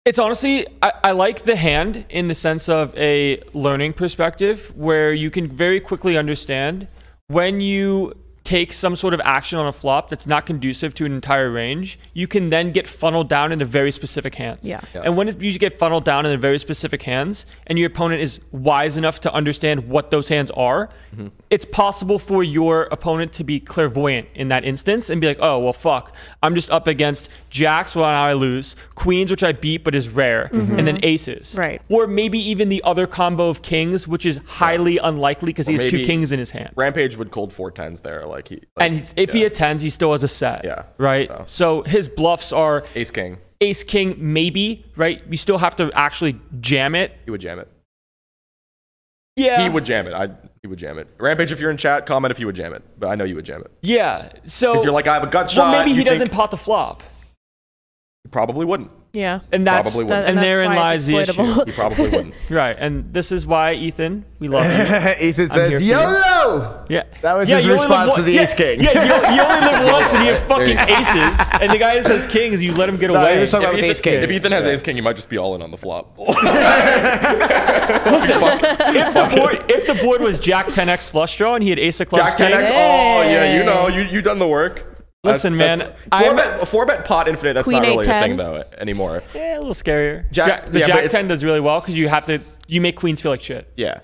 S3: it's honestly I, I like the hand in the sense of a learning perspective where you can very quickly understand when you take some sort of action on a flop that's not conducive to an entire range you can then get funneled down into very specific hands
S4: Yeah.
S5: Yeah.
S3: and when it, you get funneled down into very specific hands and your opponent is wise enough to understand what those hands are
S5: Mm-hmm.
S3: it's possible for your opponent to be clairvoyant in that instance and be like, oh, well, fuck. I'm just up against jacks, well, now I lose, queens, which I beat but is rare, and then aces.
S4: Right.
S3: Or maybe even the other combo of kings, which is highly unlikely because he
S5: Or
S3: has two
S5: maybe-
S3: kings in his hand.
S5: Rampage would cold four tens there, like he. Like,
S3: And he- if he
S5: yeah.
S3: attends, he still has a set.
S5: Yeah.
S3: Right?
S5: So-
S3: So his bluffs are
S5: ace king,
S3: ace king, maybe, right? You still have to actually jam it.
S5: he would jam it.
S3: Yeah.
S5: He would jam it. I he would jam it. Rampage, if you're in chat, comment if you would jam it. But I know you would jam it
S3: Yeah. So
S5: because you're like, I have a gut
S3: well,
S5: shot.
S3: maybe
S5: you
S3: he
S5: think-
S3: doesn't pot the flop.
S5: He probably wouldn't.
S4: Yeah.
S3: And that's
S5: Probably wouldn't.
S3: and
S4: that's
S3: therein
S4: why
S3: lies
S4: it's
S3: the issue.
S4: exploitable.
S5: He probably wouldn't.
S3: Right, and this is why Ethan, we love you.
S2: Ethan
S3: here
S2: says,
S3: for you.
S2: YOLO!
S3: Yeah,
S2: That was
S3: Yeah,
S2: his
S3: you only live
S2: response to
S3: one-
S2: the
S3: yeah,
S2: ace king.
S3: Yeah, you, you only live once, and you have
S5: There you
S3: fucking aces, and the guy who says kings, you let him get away.
S2: he was talking
S5: if,
S2: about
S5: Ethan,
S2: ace king.
S5: if Ethan has ace king, he might just be all in on the flop.
S3: Listen, if the board if the board was Jack 10x flush draw and he had ace of clubs,
S5: Jack ten
S3: king,
S5: x. Oh yeah, you know, you you done the work. That's-
S3: Listen,
S5: that's-
S3: man,
S5: four
S3: I'm-
S5: bet, four bet pot infinite. That's
S4: Queen
S5: not really a
S4: 8-10.
S5: thing though anymore.
S3: yeah, a little scarier.
S5: Jack-
S3: Jack, the
S5: yeah, but
S3: Jack
S5: it's-
S3: 10 does really well because you have to you make queens feel like shit.
S5: Yeah.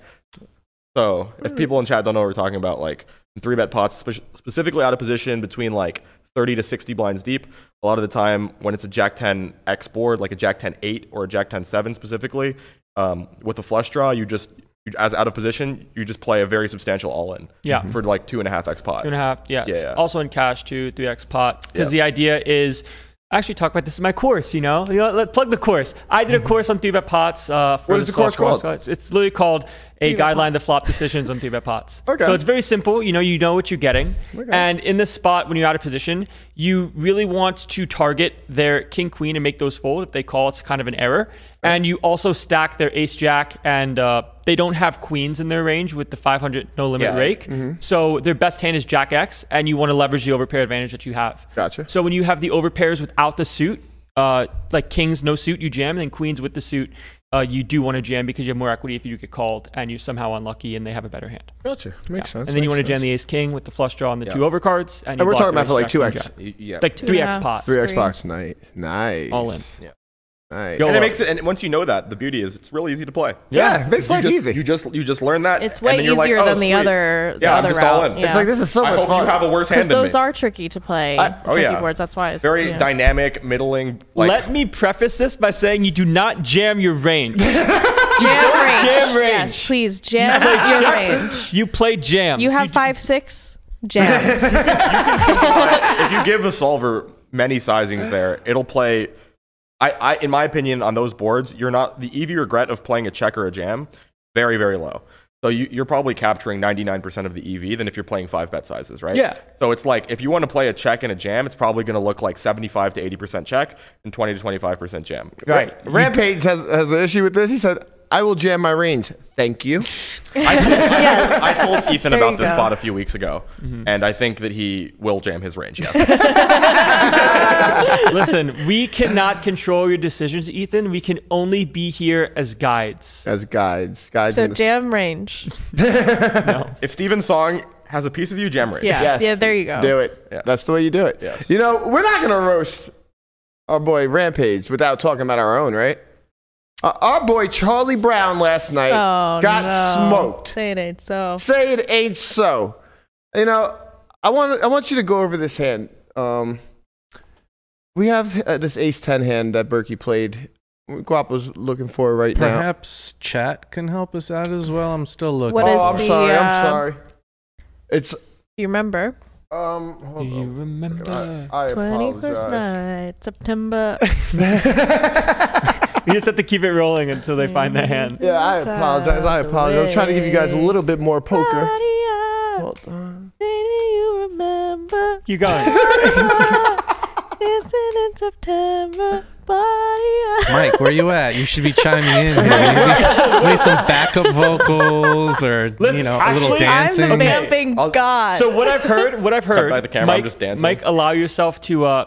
S5: So
S3: Hmm.
S5: if people in chat don't know what we're talking about, like three bet pots, spe- specifically out of position between like 30 to 60 blinds deep, a lot of the time when it's a Jack 10 X board, like a Jack 10 8 or a Jack 10 7 specifically, um, with a flush draw, you just, you, as out of position, you just play a very substantial all in.
S3: Yeah.
S5: For like two and a half X pot.
S3: Two and a half, yeah.
S5: Yeah,
S3: it's
S5: yeah.
S3: Also in cash too, three x pot. Because
S5: Yeah.
S3: the idea is I actually talk about this in my course. You know, you know let, plug the course. I did a course on three bet pots. Uh, for
S2: What is the course
S3: softball
S2: called?
S3: scholars. It's literally called a
S4: Bet
S3: guideline to
S4: Pots.
S3: flop decisions on three bet pots.
S2: Okay.
S3: So it's very simple. You know, you know what you're getting. And in this spot, when you're out of position, you really want to target their king queen and make those fold. If they call, it's kind of an error. And you also stack their ace jack and. Uh, they don't have queens in their range with the 500 no limit
S5: Yeah.
S3: rake.
S2: Mm-hmm.
S3: So their best hand is Jack X, and you want to leverage the overpair advantage that you have.
S2: Gotcha.
S3: So when you have the overpairs without the suit, uh, like kings no suit, you jam, and then queens with the suit, uh, you do want to jam because you have more equity if you get called and you're somehow unlucky and they have a better hand.
S2: Gotcha. Makes sense.
S3: and then you want to jam the ace king with the flush draw and the two overcards. And,
S2: And
S3: you
S2: we're
S3: block
S2: talking
S3: the
S2: about for
S3: ace
S2: like
S3: jack and
S2: 2x.
S3: jack.
S5: Y- Yeah.
S3: Like
S4: Two and a
S3: 3x
S4: half.
S3: pot.
S2: Three Xbox night. Nice.
S3: All in.
S5: Yeah.
S2: All right.
S3: Yo,
S5: and it
S3: uh,
S5: makes it. And once you know that, the beauty is it's really easy to play.
S6: Yeah, they
S5: You
S6: slide
S5: just,
S6: easy.
S5: You just you just learn that.
S4: It's
S5: and
S4: way
S5: then you're like,
S4: easier
S5: "Oh,
S4: than the
S5: sweet.
S4: other the
S5: Yeah, I'm
S4: other
S5: just all
S4: route.
S5: in.
S4: Yeah.
S5: It's
S6: It's like this is so
S5: I
S6: much
S5: hope
S6: fun.
S5: you have a worse
S4: because
S5: hand than me.
S4: those are tricky to play.
S5: I-
S4: to
S5: oh
S4: play
S5: yeah,
S4: keyboards. That's why it's
S5: very
S4: yeah.
S5: dynamic, middling. Like,
S3: Let me preface this by saying you do not jam your range. You
S4: Jam range.
S3: Jam range.
S4: Yes, please jam
S3: play
S4: your
S3: chips.
S4: range.
S3: You play jams.
S4: You have
S3: do-
S4: five six. Jam.
S5: if you give the solver many sizings there, it'll play. I, I, in my opinion, on those boards, you're not the EV regret of playing a check or a jam, very, very low. So you, you're probably capturing 99% of the EV than if you're playing five bet sizes, right?
S3: Yeah.
S5: So it's like if you want to play a check and a jam, it's probably going to look like 75 to 80% check and 20 to 25% jam.
S3: Right.
S2: Rampage has, has an issue with this. He said, I will jam my range. Thank you.
S5: I told,
S4: Yes.
S5: I told Ethan
S4: There
S5: about
S4: you
S5: this
S4: go.
S5: spot a few weeks ago, and I think that he will jam his range. Yes.
S3: Listen, we cannot control your decisions, Ethan. We can only be here as guides.
S2: As guides. Guides
S4: so
S2: in the-
S4: jam range.
S5: if Steven's song has a piece of you, jam range.
S4: Yeah.
S3: Yes.
S4: Yeah. There you go.
S2: Do it.
S5: Yeah.
S2: That's the way you do it.
S5: Yes.
S2: You know, we're not going to roast our boy Rampage without talking about our own, right? Uh, our boy Charlie Brown last night
S4: Oh,
S2: got
S4: no.
S2: smoked.
S4: Say it ain't so.
S2: Say it ain't so. You know, I want I want you to go over this hand. Um, we have uh, this ace ten hand that Berkey played. Guap was looking for right now.
S6: Perhaps chat can help us out as well. I'm still looking.
S4: What is
S2: oh, I'm
S4: the,
S2: sorry.
S4: uh,
S2: I'm sorry. It's
S4: Do you remember?
S2: um.
S3: Do
S2: Hold
S3: you
S2: on.
S3: remember?
S2: I, I
S4: Twenty first
S2: apologize.
S4: night, September.
S3: We just have to keep it rolling until they find the hand.
S2: Yeah, I apologize. I
S4: Clouds
S2: apologize. I was trying to give you guys a
S4: away.
S2: little bit more poker.
S4: Ah. Body up.
S2: Hold on.
S4: Do you remember?
S3: Keep going.
S4: Dancing in September. Body up.
S6: Mike, where you at? You should be chiming in. Here. Maybe, maybe some backup vocals or you
S3: Listen,
S6: know a
S3: actually, I'm
S6: little
S3: the
S6: dancing.
S4: I'm the
S3: Okay.
S4: vamping
S5: I'll-
S4: god.
S3: So what I've heard, what I've heard,
S5: by the camera, I'm
S3: Mike,
S5: just dancing.
S3: Mike, allow yourself to uh,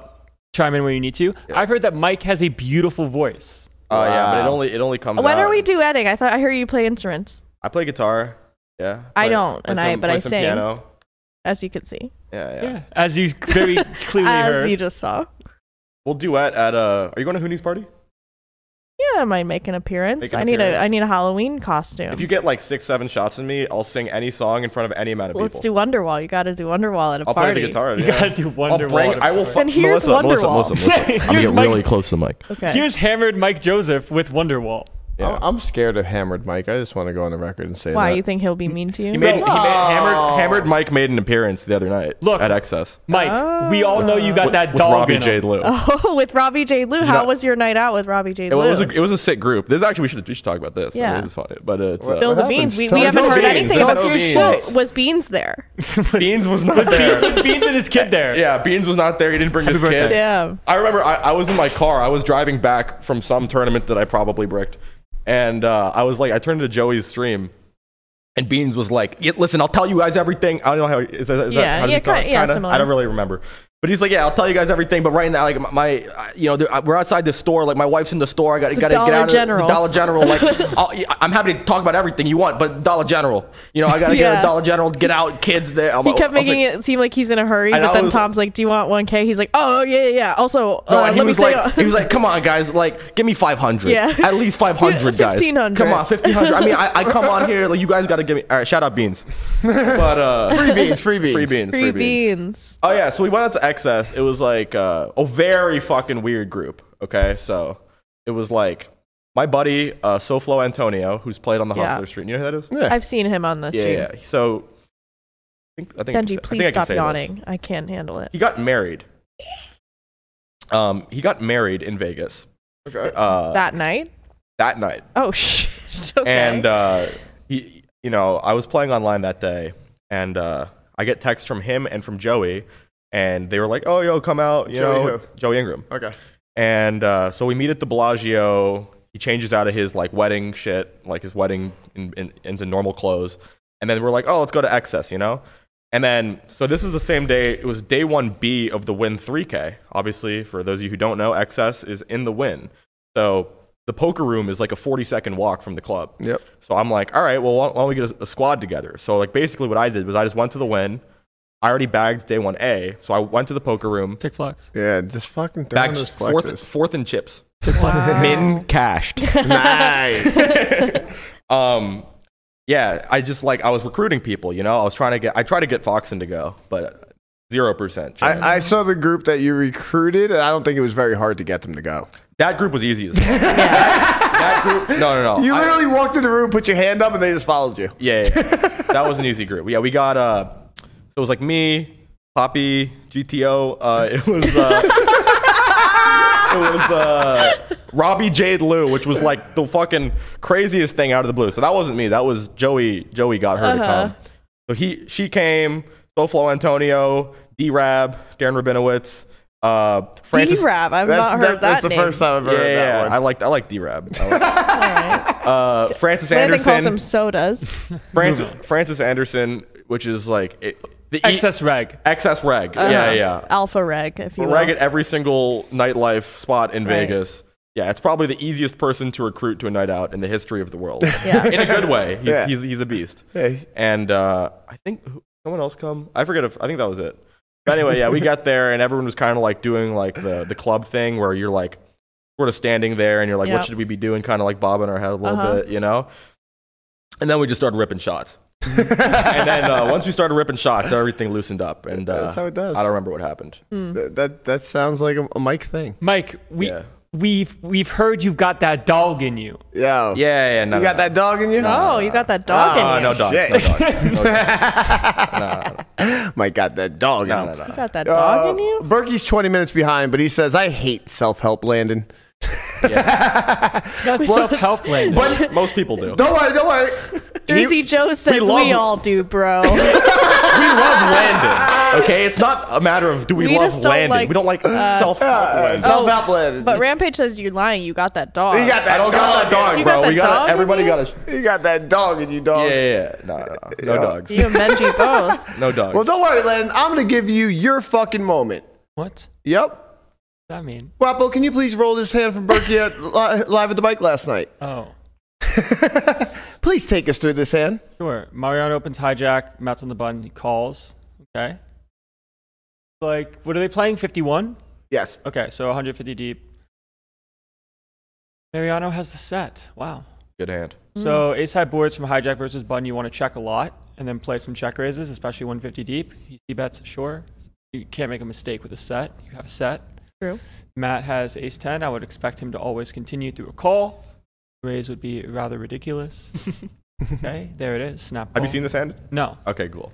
S3: chime in where you need to. I've heard that Mike has a beautiful voice.
S5: Oh yeah, but it only it only comes.
S4: when
S5: out.
S4: are we duetting? I thought I hear you play instruments,
S5: I play guitar. Yeah.
S4: I
S5: Play-
S4: don't,
S5: play
S4: and I-
S5: some-
S4: but
S5: play
S4: I
S5: some
S4: sing.
S5: Piano.
S4: as you can see,
S5: Yeah, yeah,
S3: Yeah, as you very clearly
S4: as
S3: heard.
S4: you just saw.
S5: We'll duet at uh. Are you going to Hoonies party?
S4: Yeah, I might make an appearance.
S5: Make an
S4: I need
S5: appearance.
S4: a I need a Halloween costume.
S5: If you get like six, seven shots in me, I'll sing any song in front of any amount of
S4: Let's do
S5: people.
S4: Wonderwall. You got to do Wonderwall at a
S5: I'll
S4: party.
S5: play the guitar.
S3: you
S5: yeah.
S3: gotta do
S5: I'll
S3: Wonderwall.
S5: bring. I will. Fu-
S4: And here's
S5: Melissa, Melissa,
S4: Wonderwall.
S5: Melissa, Melissa, I'm gonna
S3: Here's
S5: get
S3: Mike-
S5: really close to the mic.
S4: Okay.
S3: Here's hammered Mike Joseph with Wonderwall.
S5: Yeah.
S2: I- I'm scared of hammered Mike. I just want to go on the record and say
S4: Why
S2: that.
S4: you think he'll be mean to you?
S5: He made, he made hammered, hammered Mike made an appearance the other night
S3: Look.
S5: at Excess
S3: Mike, we all know you got
S5: with,
S3: that
S5: with
S3: dog
S5: Robbie
S3: in
S5: J.
S3: him.
S5: Lou.
S4: Oh, with Robbie J. Lou. How
S5: know-
S4: was your night out with Robbie J.
S5: It
S4: Lou?
S5: was a it was a sick group. This actually we should we should talk about this. I mean,
S4: Yeah.
S5: this is funny, but uh, it's,
S4: Bill
S5: uh,
S4: the
S2: happens?
S4: Beans. We,
S2: Tell
S4: we
S2: us
S4: haven't
S5: no
S4: heard
S5: beans.
S4: anything
S5: Talk
S4: about
S5: your
S4: Well,
S5: shit.
S4: Was Beans there?
S5: Beans was not there.
S3: Beans, Beans and his kid there.
S5: Yeah, Beans was not there. He didn't bring his
S6: birthday.
S5: kid.
S4: Damn.
S5: I remember I, I was in my car. I was driving back from some tournament that I probably bricked, and uh, I was like, I turned to Joey's stream, and Beans was like, yeah, "Listen, I'll tell you guys everything." I don't know how is that, is
S4: Yeah,
S5: that how does
S4: yeah,
S5: he talk?
S4: ki- yeah,
S5: Kinda?
S4: similar.
S5: I don't really remember. But he's like, yeah, I'll tell you guys everything. But right now, like my, my uh, you know, there- uh, we're outside the store. Like my wife's in the store. I got to
S4: The
S5: get out
S4: Dollar
S5: of the- the
S4: General.
S5: Dollar General. Like I'll, I'm happy to talk about everything you want, but Dollar General. You know, I got to get out
S4: Yeah.
S5: of Dollar General. Get out, kids. There. I'm,
S4: He kept making it seem like he's in a hurry,
S5: And
S4: but
S5: I
S4: then
S5: was-
S4: Tom's like, "Do you want 1K?" He's like, "Oh yeah, yeah, yeah." Also,
S5: No,
S4: uh,
S5: and he
S4: let me
S5: was
S4: say,
S5: like, he was like, "Come on, guys! Like, give me 500.
S4: Yeah.
S5: At least 500, guys.
S4: 1500.
S5: Come on, 1500. I mean, I, I come on here. Like, you guys got to give me. All right, shout out beans. But uh,
S2: free beans, free beans.
S5: free beans,
S4: free beans.
S5: Oh yeah, so we went out to excess. It was like uh, a very fucking weird group. Okay, so it was like my buddy uh, Soflo Antonio, who's played on the
S4: Yeah.
S5: Hustler Street. You know who that is?
S4: I've seen him on the
S5: Yeah,
S4: stream.
S5: yeah. So, I think I think I can say-
S4: Benji,
S5: I
S4: please
S5: think I can
S4: stop
S5: say this.
S4: yawning. I can't handle it.
S5: He got married. Um, he got married in Vegas.
S2: Okay.
S5: Uh,
S4: that night?
S5: that night.
S4: Oh shit. Okay.
S5: and uh, he, you know, I was playing online that day, and uh, I get texts from him and from Joey, and they were like, "Oh, yo, come out," you
S2: Joey
S5: know,
S2: who?
S5: Joey Ingram.
S2: Okay.
S5: And uh, so we meet at the Bellagio. He changes out of his like wedding shit, like his wedding in, in, into normal clothes, and then we're like, "Oh, let's go to Excess," you know. And then, so this is the same day. It was day one B of the Win 3K. Obviously, for those of you who don't know, Excess is in the Win. So the poker room is like a 40 second walk from the club.
S2: Yep.
S5: So I'm like, all right, well, why why don't we get a, a squad together? So like basically what I did was I just went to the win. I already bagged day one A, so I went to the poker room,
S3: Tick flocks.
S2: Yeah, just fucking throw
S5: bagged
S2: those
S5: fourth,
S2: flexes.
S5: fourth and chips. Min cashed.
S2: nice.
S5: um yeah i just like i was recruiting people you know i was trying to get i tried to get foxen to go but zero percent
S2: I, I saw the group that you recruited, and I don't think it was very hard to get them to go.
S5: that group was easy as hell. that group no no no
S2: You
S5: I-
S2: literally walked in the room, put your hand up, and they just followed you.
S5: yeah, yeah, yeah. that was an easy group yeah we got uh so it was like me poppy gto uh it was uh It was uh, Robbie Jade Lou, which was like the fucking craziest thing out of the blue. So that wasn't me. That was Joey. Joey got her to
S4: Uh-huh.
S5: come. So he, she came. Soflo Antonio, D Rab, Darren Rabinowitz, uh, Francis.
S4: D-Rab. I've
S2: That's,
S4: not heard
S2: that-
S4: that
S2: that's the
S4: name.
S2: first time I've
S5: Yeah,
S2: ever
S5: yeah,
S2: heard
S5: yeah.
S2: that
S5: I
S2: one.
S5: liked. I like D Rab. uh, Francis
S4: Landon calls
S5: Anderson.
S4: them sodas.
S5: Francis, Francis Anderson, which is like it, the E-
S3: Excess reg.
S5: excess reg. Yeah, yeah.
S4: Alpha reg, if you will.
S5: Rag at every single nightlife spot in
S4: Right.
S5: Vegas. Yeah, it's probably the easiest person to recruit to a night out in the history of the world.
S4: Yeah.
S5: in a good way. He's,
S2: Yeah.
S5: he's, he's a beast.
S2: Yeah, he's-
S5: And uh, I think who- someone else come. I forget if I think that was it. But anyway, yeah, we got there and everyone was kind of like doing like the, the club thing where you're like sort of standing there and you're like,
S4: Yeah.
S5: what should we be doing? Kind of like bobbing our head a little
S4: Uh-huh.
S5: bit, you know? And then we just started ripping shots. and then uh, once we started ripping shots, everything loosened up. And uh,
S2: That's how it does.
S5: I don't remember what happened.
S4: Hmm.
S2: That, that that sounds like a, a Mike thing.
S3: Mike, we
S5: Yeah.
S3: we've we've heard you've got that dog in you.
S2: Yeah.
S5: Yeah, yeah, no.
S2: You
S5: no,
S2: got
S5: no.
S2: that dog in you?
S4: Oh, you got that dog
S2: Ah,
S5: Oh,
S4: in you.
S5: no dogs.
S2: Shit.
S5: No dogs. No dogs.
S4: Oh.
S2: Mike got that dog
S5: No,
S2: in
S5: no,
S2: him.
S5: no.
S4: You got that dog in
S2: Uh,
S4: you.
S2: Berkey's 20 minutes behind, but he says, I hate self help, Landon.
S3: It's not self help language.
S5: Most, most people do.
S2: Don't worry, don't worry.
S4: Easy Joe says we,
S5: love-
S4: all do, bro.
S5: We love Landon. Okay, it's not a matter of do we,
S4: We
S5: love
S4: just don't
S5: Landon.
S4: like, uh,
S5: we don't like self-help Landon.
S2: Self help, Landon.
S4: but Rampage says you're lying. You got that dog.
S2: you got that
S5: I don't
S2: dog.
S5: got that dog,
S4: You
S5: bro.
S4: got that
S5: we got
S4: dog
S5: to everybody
S4: in
S5: got to.
S2: You got that dog in you,
S5: Yeah,
S2: dog.
S5: yeah, yeah. No, no, no, no
S2: Yeah.
S5: dogs.
S4: You and Benji both.
S5: No dogs.
S2: Well, don't worry, Landon. I'm going to give you your fucking moment.
S3: What does
S2: Yep.
S3: that mean?
S2: Guapo, can you please roll this hand from Berkey at li- live at the bike last night?
S3: Oh.
S2: Please take us through this hand.
S3: Sure. Mariano opens hijack, Matt's on the button, he calls. Okay. Like, what are they playing? 51?
S2: Yes.
S3: Okay, so 150 deep. Mariano has the set. Wow.
S5: Good hand.
S3: So ace high boards from hijack versus button, you want to check a lot and then play some check raises, especially 150 deep. He he bets, sure. You can't make a mistake with a set. You have a set.
S4: True.
S3: Matt has ace 10. I would expect him to always continue through a call. Raise would be rather ridiculous. okay, there it is. Snap.
S5: Have you
S3: call.
S5: seen this hand?
S3: No.
S5: Okay, cool.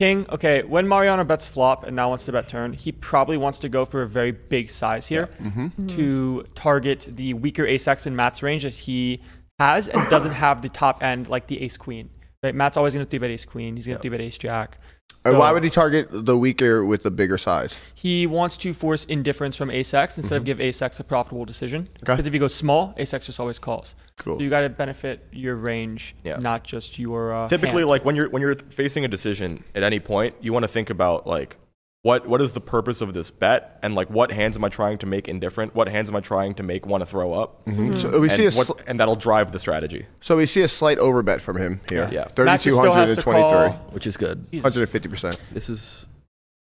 S3: King, okay, when Mariano bets flop and now wants to bet turn, he probably wants to go for a very big size here
S5: Mm-hmm.
S3: to target the weaker ace x in Matt's range that he has and doesn't have the top end like the ace queen. Right? Matt's always going to three bet ace queen. He's going to three bet ace jack.
S2: And
S3: So
S2: Why would he target the weaker with the bigger size?
S3: he wants to force indifference from ace x instead
S5: Mm-hmm.
S3: of give ace x a profitable decision?
S2: Okay.
S3: Because if you go small, ace x just always calls.
S2: Cool.
S3: So you got to benefit your range,
S5: Yeah.
S3: not just your. Uh,
S5: Typically,
S3: hand.
S5: like when you're when you're facing a decision at any point, you want to think about like what what is the purpose of this bet and like what hands am I trying to make indifferent? What hands am I trying to make want to throw up?
S2: So Mm-hmm. we
S5: Mm-hmm. And
S2: see a
S5: what-
S2: sl-
S5: and that'll drive the strategy,
S2: so we see a slight overbet from him here.
S5: Yeah. Yeah.
S3: Matt just still
S2: 3200
S3: has
S2: to
S3: to call.
S2: 23.
S5: which is good.
S3: Jesus,
S2: 150 percent.
S5: This is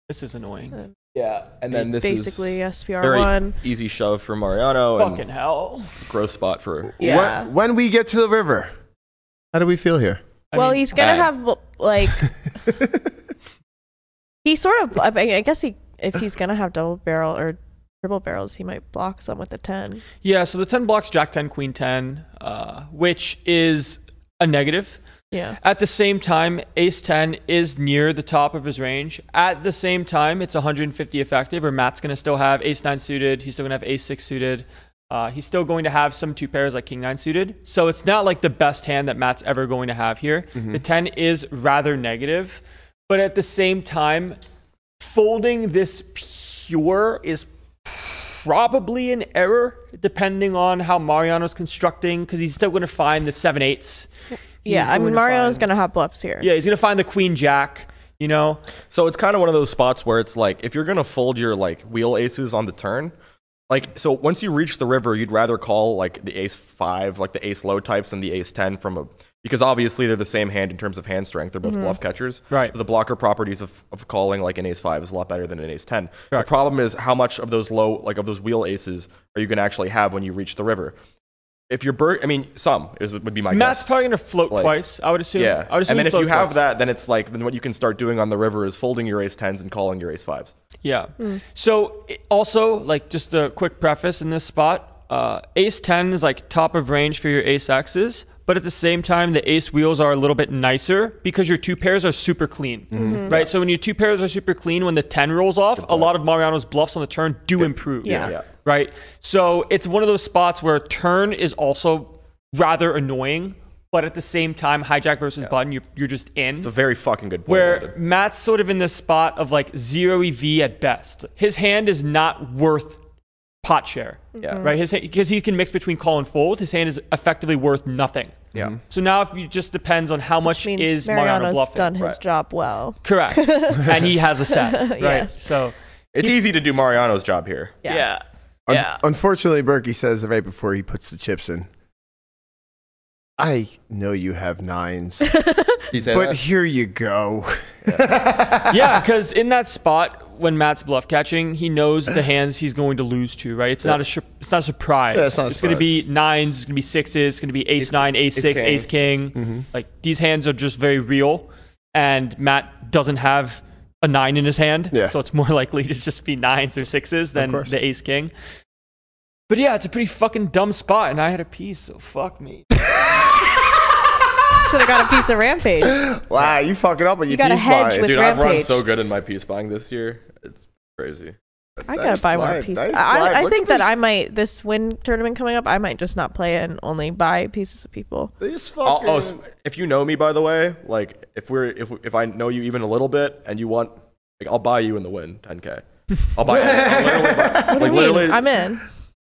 S3: this is annoying.
S5: Yeah, and then this
S4: Basically,
S5: is
S4: SPR
S5: very
S4: one.
S5: easy shove for Mariano Oh, and
S3: Fucking hell.
S5: gross spot for.
S4: Yeah.
S2: When, when we get to the river, how do we feel here?
S3: I
S4: well,
S3: mean-
S4: he's gonna
S5: bad.
S4: have like he sort of. I, mean, I guess he if he's gonna have double barrel or triple barrels, he might block some with a ten.
S3: Yeah, so the 10 blocks Jack 10, Queen 10, uh, which is a negative.
S4: Yeah.
S3: At the same time, Ace 10 is near the top of his range. At the same time, it's 150 effective, or Matt's going to still have Ace 9 suited. He's still going to have Ace 6 suited. Uh, he's still going to have some two pairs like King 9 suited. So it's not like the best hand that Matt's ever going to have here. The 10 is rather negative, but at the same time, folding this pure is probably an error, depending on how Mariano's constructing, because he's still going to find the seven eights.
S4: yeah. I mean, Mario's gonna have bluffs here.
S3: Yeah, he's going to find the queen jack. You know,
S5: So it's kind of one of those spots where it's like if you're gonna fold your like wheel aces on the turn, like so once you reach the river you'd rather call like the ace five like the ace low types and the ace ten from a because obviously they're the same hand in terms of hand strength they're both bluff catchers
S3: Mm-hmm. Right.
S5: so the blocker properties of, of calling like an ace five is a lot better than an ace ten
S3: Correct.
S5: the problem is how much of those low like of those wheel aces are you going to actually have when you reach the river if you're bur- i mean some is would be my
S3: Matt's
S5: guess
S3: probably gonna float
S5: Like,
S3: twice. I would assume.
S5: yeah
S3: I would assume
S5: and then
S3: he
S5: if you
S3: float
S5: have
S3: twice.
S5: that then it's like then what you can start doing on the river is folding your ace tens and calling your ace fives
S3: Yeah. So it- also, like, just a quick preface in this spot, uh, ace 10 is like top of range for your ace X's, but at the same time, the ace wheels are a little bit nicer because your two pairs are super clean, right? So when your two pairs are super clean, when the 10 rolls off, a lot of Mariano's bluffs on the turn do improve.
S4: Yeah.
S5: Yeah.
S3: Right. So it's one of those spots where turn is also rather annoying, but at the same time, hijack versus button, you're, you're just in
S5: it's a very fucking good point
S3: where Matt's sort of in this spot of like zero EV at best. His hand is not worth pot share.
S4: Mm-hmm.
S5: Yeah.
S3: Right? His because he can mix between call and fold. His hand is effectively worth nothing.
S5: yeah
S2: Mm-hmm.
S3: So now if you just depends on how much
S4: means
S3: is Mariano
S4: Mariano's
S3: bluffing.
S4: done his
S5: Right.
S4: job well.
S3: Correct. and he has a set. Right.
S4: Yes.
S3: So
S5: It's easy to do Mariano's job here.
S4: Yes.
S2: Un-
S3: Yeah.
S2: Unfortunately, Berkey says right before he puts the chips in, I know you have nines,
S5: He said,
S2: but here you go.
S3: yeah, because in that spot when Matt's bluff catching, he knows the hands he's going to lose to. Right? It's not a sh- it's not a surprise.
S2: Yeah, it's not a
S3: going to be
S2: surprise.
S3: nines. It's going to be sixes. It's going to be ace nine, ace,
S5: ace
S3: six,
S5: king.
S3: ace king.
S2: Mm-hmm.
S3: Like these hands are just very real, and Matt doesn't have a nine in his hand,
S2: Yeah.
S3: so it's more likely to just be nines or sixes than
S2: course.
S3: the ace king. But yeah, it's a pretty fucking dumb spot, and I had a piece, so fuck me.
S4: Should have got a piece of Rampage.
S2: Wow, you fucking up on
S4: You
S2: your
S4: got a
S2: piece
S4: hedge
S2: buy.
S4: with-
S5: dude, I've run
S4: Rampage.
S5: so good in my piece buying this year. It's crazy.
S4: I gotta buy more
S2: slide, nice
S4: pieces.
S2: slide.
S4: I, I
S2: Look
S4: think
S2: at
S4: that I might this win tournament coming up. I might just not play and only buy pieces of people.
S2: This
S5: Oh,
S2: fucking.
S5: oh, s- if you know me, by the way, like if we're if if I know you even a little bit, and you want, like, I'll buy you in the win 10k. I'll buy. I'll literally buy-
S4: What do you
S5: like
S4: mean?
S5: literally,
S4: I'm in.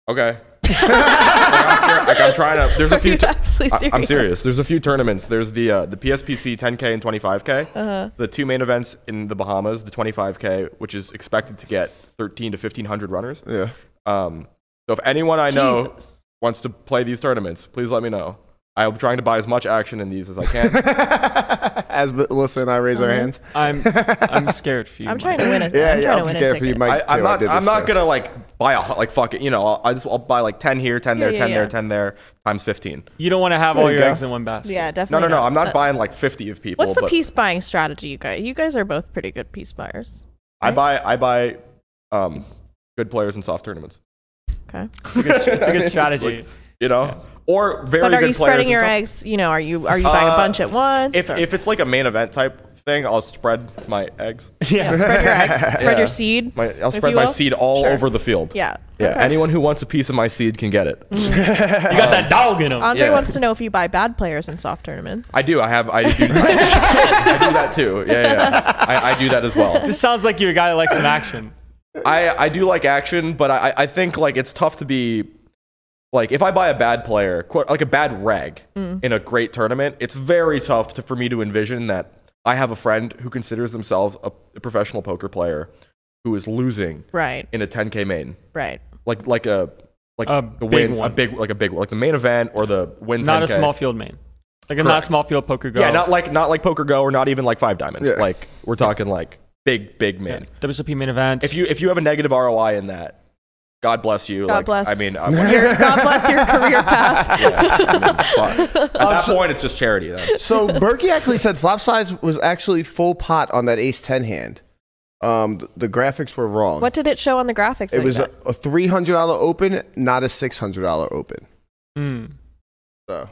S5: okay. like, I'm, ser- like, I'm trying to. There's a
S4: Are
S5: few.
S4: you
S5: tur-
S4: actually
S5: I- I'm
S4: serious?
S5: serious. There's a few tournaments. There's the uh, the PSPC 10k and 25k.
S4: Uh-huh.
S5: The two main events in the Bahamas, the 25k, which is expected to get 13 to 1500 runners.
S2: yeah.
S5: Um, so if anyone I know
S4: Jesus.
S5: wants to play these tournaments, please let me know. I'm trying to buy as much action in these as I can.
S2: As B- Alyssa and I raise
S4: Uh-huh.
S2: our hands.
S3: I'm I'm scared for you.
S4: I'm
S3: Mike.
S4: trying to win it.
S2: Yeah,
S4: I'm
S2: yeah,
S4: trying
S2: I'm
S4: to win a
S2: scared for you,
S4: ticket.
S2: Mike. too.
S5: I, I'm
S2: I
S5: not.
S2: did
S5: I am
S2: this
S5: not
S2: thing.
S5: gonna like buy a hu- like fuck it. You know, I'll, I just I'll buy like 10 here, 10
S4: Yeah,
S5: there, 10
S4: yeah,
S5: there,
S4: yeah.
S5: 10 there, times 15.
S3: You don't want to have all
S2: you
S3: your
S2: go.
S3: eggs in one basket.
S4: Yeah,
S5: No,
S4: definitely.
S5: no, no. I'm not
S4: Uh,
S5: buying like 50 of people.
S4: What's the
S5: but
S4: piece buying strategy, you guys? You guys are both pretty good piece buyers.
S5: I buy. I buy. Um, good players in soft tournaments.
S4: Okay.
S3: It's a good, it's a
S5: I mean,
S3: good
S5: it's
S3: strategy.
S5: like, you know, or very
S4: But are
S5: good
S4: you
S5: players.
S4: spreading
S5: in
S4: your
S5: tough-
S4: eggs? You know, are you are you buying a
S5: Uh,
S4: bunch at once?
S5: If
S4: or-
S5: if it's like a main event type thing, I'll spread my eggs.
S4: yeah, spread your eggs, spread your seed.
S5: My, I'll
S4: if
S5: spread
S4: you
S5: my
S4: will.
S5: seed all
S4: Sure.
S5: over the field.
S4: Yeah.
S5: Yeah.
S4: Okay. Mm.
S5: Anyone who wants a piece of my seed can get it.
S3: You got
S5: Um,
S3: that dog in him.
S4: Andre
S5: Yeah.
S4: wants to know if you buy bad players in soft tournaments.
S5: I do. I have. I do. I do that too. Yeah, yeah. yeah. I, I do that as well.
S3: this sounds like you're a guy that likes some action.
S5: I I do like action, but I I think like it's tough to be like if I buy a bad player, quote, like a bad reg in a great tournament, it's very tough to, for me to envision that I have a friend who considers themselves a, a professional poker player who is losing
S4: Right.
S5: in a 10k main,
S4: Right.
S5: like like a like
S3: A
S5: the
S3: big
S5: win, a
S3: one.
S5: big like a big one, like the main event or the win.
S3: Not a
S5: 10K.
S3: small field main. Like a not
S5: Correct.
S3: small field poker go.
S5: Yeah, not like not like Poker Go or not even like Five Diamond.
S2: Yeah.
S5: Like we're talking like big big man.
S3: WSOP main event.
S5: If you if you have a negative ROI in that, God bless you.
S4: God
S5: like,
S4: bless.
S5: I mean, I wouldn't-
S4: Your, God bless your career path.
S5: yeah, I mean, fuck. at that point it's just charity. Then.
S2: So Berkey actually said flop size was actually full pot on that ace 10 hand. Um, th- the graphics were wrong.
S4: What did it show on the graphics?
S2: It
S4: like
S2: was
S4: that?
S2: a, a $300 open, not a $600 open.
S3: Mm.
S2: So,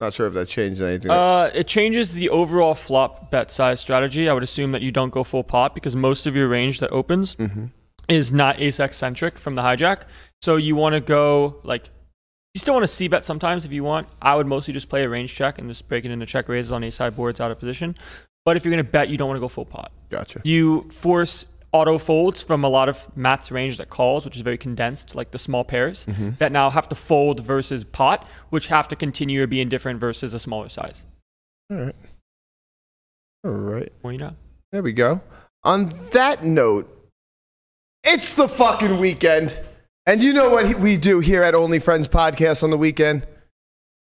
S2: not sure if that changed anything.
S3: Uh, it changes the overall flop bet size strategy. I would assume that you don't go full pot because most of your range that opens
S5: Mm-hmm.
S3: is not ace x centric from the hijack. So you want to go like you still want to c bet sometimes if you want. I would mostly just play a range check and just break it into check raises on ace high boards out of position. But if you're gonna bet, you don't want to go full pot.
S2: gotcha.
S3: You force auto folds from a lot of Matt's range that calls, which is very condensed, like the small pairs
S2: Mm-hmm.
S3: that now have to fold versus pot, which have to continue or be indifferent versus a smaller size.
S2: All right. All right.
S3: Well, you know.
S2: There we go. On that note, it's the fucking weekend. And you know what he- we do here at Only Friends Podcast on the weekend?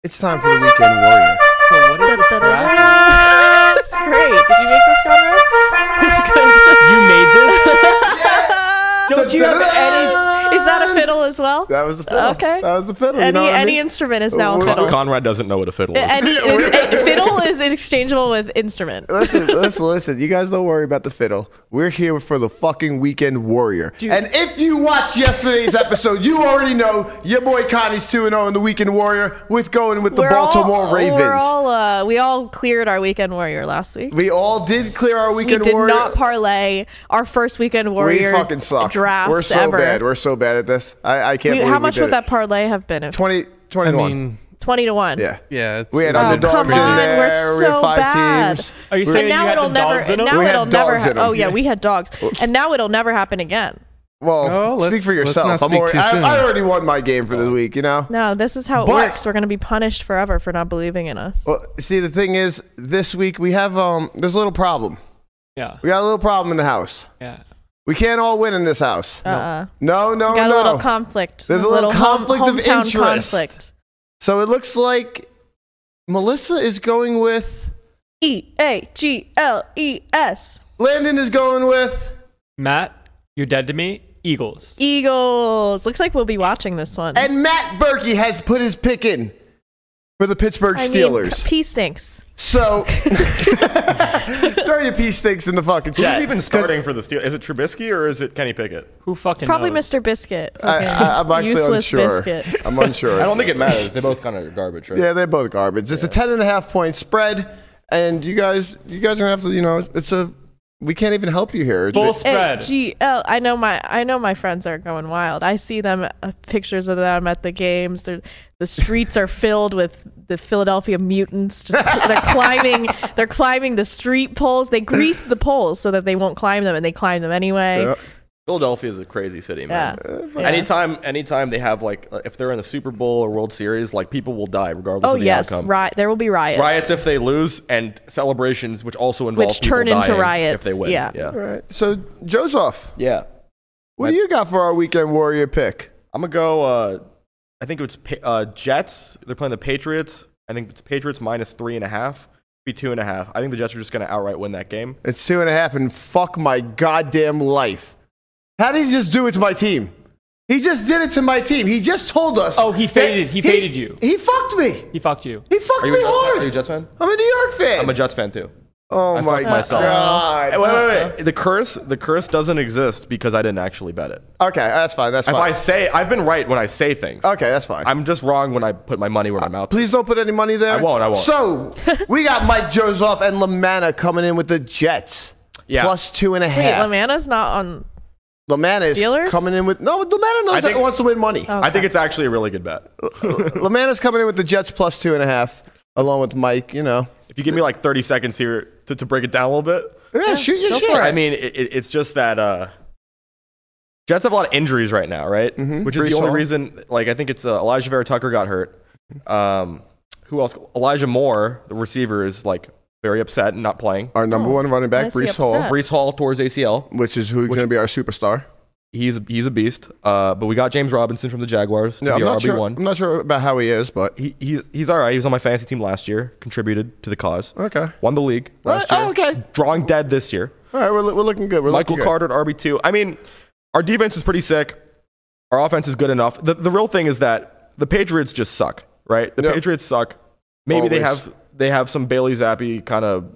S2: It's time for the Weekend Warrior.
S3: Bro, what is this graph?
S4: That's great. Did you make this camera? That's good.
S3: You made this? Don't you have any?
S2: Da-da-da!
S4: Is that a fiddle as well?
S2: That was the fiddle.
S4: Okay.
S2: That was the fiddle.
S4: any
S2: you know what I
S4: any
S2: mean?
S4: instrument is now a
S2: Well,
S4: fiddle.
S5: Conrad doesn't know what a fiddle is.
S4: Any, it- it- fiddle is exchangeable with instrument.
S2: listen, listen, listen. You guys don't worry about the fiddle. We're here for the fucking weekend warrior. And if you watched yesterday's episode, you already know your boy Connie's 2 0 in the weekend warrior with going with the
S4: We're all-
S2: Baltimore Ravens.
S4: We're all, uh, we all cleared our weekend warrior last week.
S2: we all did clear our
S4: We
S2: weekend
S4: did
S2: warrior.
S4: not parlay our first weekend
S2: we
S4: warrior
S2: fucking suck.
S4: draft
S2: We're so
S4: ever.
S2: bad. We're so bad at this. I, I can't
S4: We-
S2: believe
S4: how much
S2: we did
S4: would
S2: it.
S4: that parlay have been? If
S2: 20,
S6: I
S2: 21.
S6: mean,
S4: Twenty to one.
S2: yeah.
S6: yeah. It's
S2: We had
S6: really
S2: underdogs
S4: Oh, come
S2: in
S4: on,
S2: there.
S4: we're
S2: we had
S4: so
S2: five
S4: bad.
S2: teams.
S3: Are you
S2: We-
S3: saying
S4: And
S3: you
S4: now
S3: had
S4: it'll
S3: them
S4: never.
S3: dogs in
S4: and
S3: 'em?
S4: Now
S2: We had
S4: it'll never.
S2: dogs in
S4: Ha-
S2: 'em.
S4: oh yeah, we had dogs, and now it'll never happen again.
S2: Well,
S6: No,
S2: speak
S6: let's-
S2: for
S6: let's
S2: yourself.
S6: not
S2: I'm
S6: speak
S2: already,
S6: too
S2: I,
S6: soon.
S2: I already won my game for the week, you know?
S4: No, this is how it
S2: But- Oh,
S4: works. We're gonna be punished forever for not believing in us.
S2: Well, see, the thing is, this week we have um, there's a little problem.
S3: Yeah,
S2: We got a little problem in the house.
S3: yeah.
S2: We can't all win in this house.
S4: Uh,
S2: No, no,
S4: got a
S2: no.
S4: little conflict.
S2: There's a little
S4: home-
S2: conflict of
S4: hometown
S2: interest.
S4: Conflict.
S2: so it looks like Melissa is going with
S4: E A G L E S
S2: Landon is going with.
S3: Matt, you're dead to me. Eagles.
S4: Eagles. Looks like we'll be watching this one.
S2: And Matt Berkey has put his pick in for the Pittsburgh
S4: I mean,
S2: Steelers.
S4: P stinks.
S2: so throw your pea sticks in the fucking
S5: Who's
S2: chat.
S5: even
S2: 'Cause
S5: starting for the Steelers? Is it Trubisky or is it Kenny Pickett?
S3: Who fucking
S4: Probably
S3: knows?
S4: Mr. Biscuit. Okay.
S2: I, I, I'm actually
S4: Useless
S2: unsure.
S4: Biscuit.
S2: I'm unsure.
S5: I don't think it matters. They both kind of garbage, right?
S2: Yeah, they're both garbage. It's a ten and a half point spread, and you guys, you guys are gonna have to, you know, it's a. We can't even help you here.
S3: Full
S4: A
S3: spread.
S4: G L. I know my I know my friends are going wild. I see them uh, pictures of them at the games. They're, the streets are filled with the Philadelphia mutants. Just cl- they're climbing. They're climbing the street poles. They grease the poles so that they won't climb them, and they climb them anyway.
S2: Yeah.
S5: Philadelphia is a crazy city,
S4: Yeah.
S5: man. Anytime, anytime they have like, uh, if they're in the Super Bowl or World Series, like people will die regardless
S4: Oh
S5: of the
S4: yes,
S5: outcome.
S4: riot. There will be riots.
S5: Riots if they lose, and celebrations which also involve
S4: Which
S5: people
S4: turn into
S5: dying
S4: riots,
S5: if they win.
S4: yeah.
S5: yeah,
S2: All right. So, Joseph,
S5: yeah.
S2: what do you got for our weekend warrior pick?
S5: I'm gonna go. Uh, I think it's Pa- uh, Jets. They're playing the Patriots. I think it's Patriots minus three and a half. Be two and a half. I think the Jets are just gonna outright win that game.
S2: It's two and a half, and fuck my goddamn life. How did he just do it to my team? He just did it to my team. He just told us.
S3: Oh, he
S2: that
S3: faded- he faded you.
S2: He fucked me.
S3: He fucked you.
S2: He fucked
S5: Are
S2: me
S5: you a Jets fan? Are you a
S2: hard.
S5: Jets fan?
S2: I'm a New York fan.
S5: I'm a Jets fan too.
S2: oh
S5: I
S2: my
S5: fucked myself.
S2: god.
S5: Hey, wait, wait, wait. The curse, the curse doesn't exist because I didn't actually bet it.
S2: Okay, that's fine. That's
S5: If I
S2: fine.
S5: say, I've been right when I say things.
S2: okay, that's fine.
S5: I'm just wrong when I put my money where my mouth. is.
S2: Please don't put any money there.
S5: I won't, I won't.
S2: So we got Mike Joseph and Lamanna coming in with the Jets.
S5: Yeah.
S2: Plus two and a
S4: Wait,
S2: half.
S4: Lamanna's not on.
S2: Lamanna is
S4: Steelers?
S2: coming in with no. Lamanna
S5: I
S2: knows that
S5: think-
S2: he wants to win money.
S5: I think it's actually a really good bet.
S2: Lamanna's coming in with the Jets plus two and a half, along with Mike. You know.
S5: If you give me like 30 seconds here to, to break it down a little bit.
S2: Yeah, shoot your shit.
S5: I mean, it, it- it's just that uh, Jets have a lot of injuries right now, right? Which is
S2: Brees
S5: the only
S2: Mm-hmm. Hall.
S5: reason. Like, I think it's uh, Elijah Vera Tucker got hurt. Um, who else? Elijah Moore, the receiver, is like very upset and not playing.
S2: our number one running
S4: I
S2: back,
S4: see
S2: Brees Hall,
S4: upset.
S5: Brees Hall towards ACL.
S2: which is who's going to be our superstar.
S5: He's he's a beast. Uh, but we got James Robinson from the Jaguars. to
S2: Yeah, I'm
S5: be our
S2: not sure.
S5: RB1.
S2: I'm not sure about how he is, but
S5: He, he, he's all right. He was on my fantasy team last year. Contributed to the cause.
S2: okay.
S5: Won the league last
S2: Oh,
S5: year.
S2: okay.
S5: Drawing dead this year.
S2: All right, we're, lo- we're looking good. We're
S5: Michael
S2: looking good.
S5: Carter at RB2. I mean, our defense is pretty sick. Our offense is good enough. The, the real thing is that the Patriots just suck, right? The
S2: Yeah.
S5: Patriots suck. Maybe they
S2: Always.
S5: have they have some Bailey Zappi kind of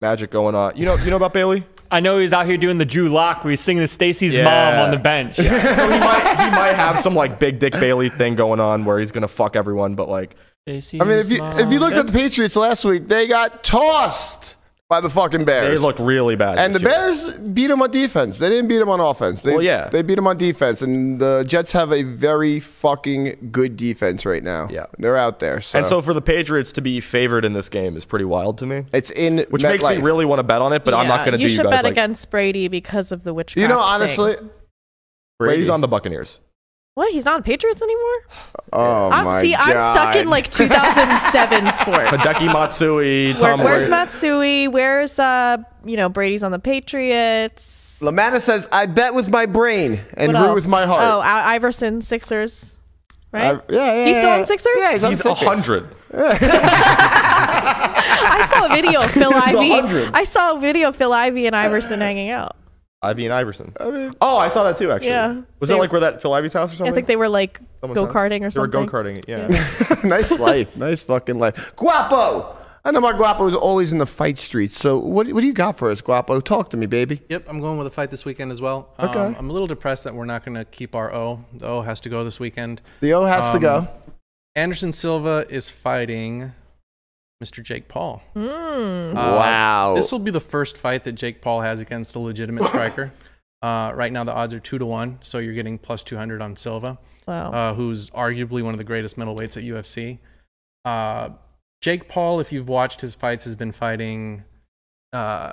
S5: magic going on. You know, you know about Bailey?
S3: I know he's out here doing the Drew Lock where he's singing to Stacy's
S5: Yeah.
S3: mom on the bench.
S5: so he might he might have some like big dick Bailey thing going on where he's gonna fuck everyone, but like
S3: Stacey's
S2: I mean, if you if you
S3: mom.
S2: looked at the Patriots last week, they got tossed by the fucking
S5: they
S2: Bears.
S5: look really bad.
S2: And the
S5: this year.
S2: Bears beat them on defense. They didn't beat them on offense. They,
S5: Well, yeah.
S2: They beat them on defense, and the Jets have a very fucking good defense right now.
S5: Yeah.
S2: They're out there. So,
S5: And so for the Patriots to be favored in this game is pretty wild to me.
S2: it's in
S5: Which makes me
S2: MetLife.
S5: really want to bet on it, but I'm not
S4: Yeah,
S5: going to do
S4: You should
S5: you guys
S4: bet
S5: like
S4: against Brady because of the witchcraft.
S2: You know,
S4: thing.
S2: honestly,
S5: Brady's on the Buccaneers.
S4: What? He's not on Patriots anymore?
S2: Oh
S4: I'm,
S2: my
S4: see, I'm stuck in
S2: God.
S4: like 2007 sports.
S5: Hideki Matsui,
S4: Where,
S5: Tom
S4: where's
S5: Brady.
S4: Matsui? Where's uh, you know, Brady's on the Patriots?
S2: Lamanna says, "I bet with my brain and
S4: What
S2: root
S4: else?
S2: with my heart."
S4: Oh, I- Iverson, Sixers. Right?
S2: I- yeah, yeah,
S4: He's still
S2: yeah.
S4: on Sixers?
S2: Yeah, he's on
S5: He's a
S2: Sixers.
S5: hundred.
S4: I saw a video of Phil Ivey.
S5: 100.
S4: I saw a video of Phil Ivey and Iverson hanging out.
S5: Ivy and Iverson. oh, I saw that too. Actually,
S4: Yeah.
S5: was
S4: They-
S5: it like where that Phil Ivy's house or something?
S4: I think they were like
S5: Someone's
S4: go
S5: house?
S4: karting or something.
S5: They were go karting. Yeah.
S2: nice life, nice fucking life. Guapo, I know my Guapo is always in the fight streets. So what, what do you got for us, Guapo? Talk to me, baby.
S6: Yep, I'm going with a fight this weekend as well. Um,
S2: Okay.
S6: I'm a little depressed that we're not going to keep our O. The O has to go this weekend.
S2: The O has to
S6: Um,
S2: go.
S6: Anderson Silva is fighting Mr. Jake Paul. Uh,
S2: wow.
S6: This will be the first fight that Jake Paul has against a legitimate striker. Uh, right now, the odds are two to one, so you're getting plus 200 on Silva,
S4: Wow.
S6: uh, who's arguably one of the greatest middleweights at UFC. Uh, Jake Paul, if you've watched his fights, has been fighting uh,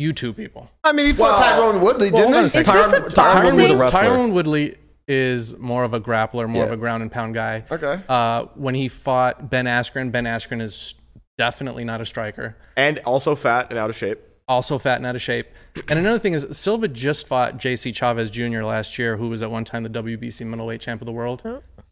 S6: YouTube people.
S2: I mean, he fought
S5: Well-
S2: Tyrone Woodley,
S6: Well,
S2: didn't
S6: hold on a
S2: he?
S6: second.
S4: Is this a
S5: Tyron was a
S4: boxing?
S5: wrestler.
S6: Tyrone Woodley is more of a grappler, more of
S5: Yeah.
S6: a ground and pound guy.
S2: Okay.
S6: Uh, when he fought Ben Askren, Ben Askren is definitely not a striker.
S5: and also fat and out of shape.
S6: Also fat and out of shape. And another thing is Silva just fought J.C. Chavez Jr. last year, who was at one time the WBC middleweight champ of the world.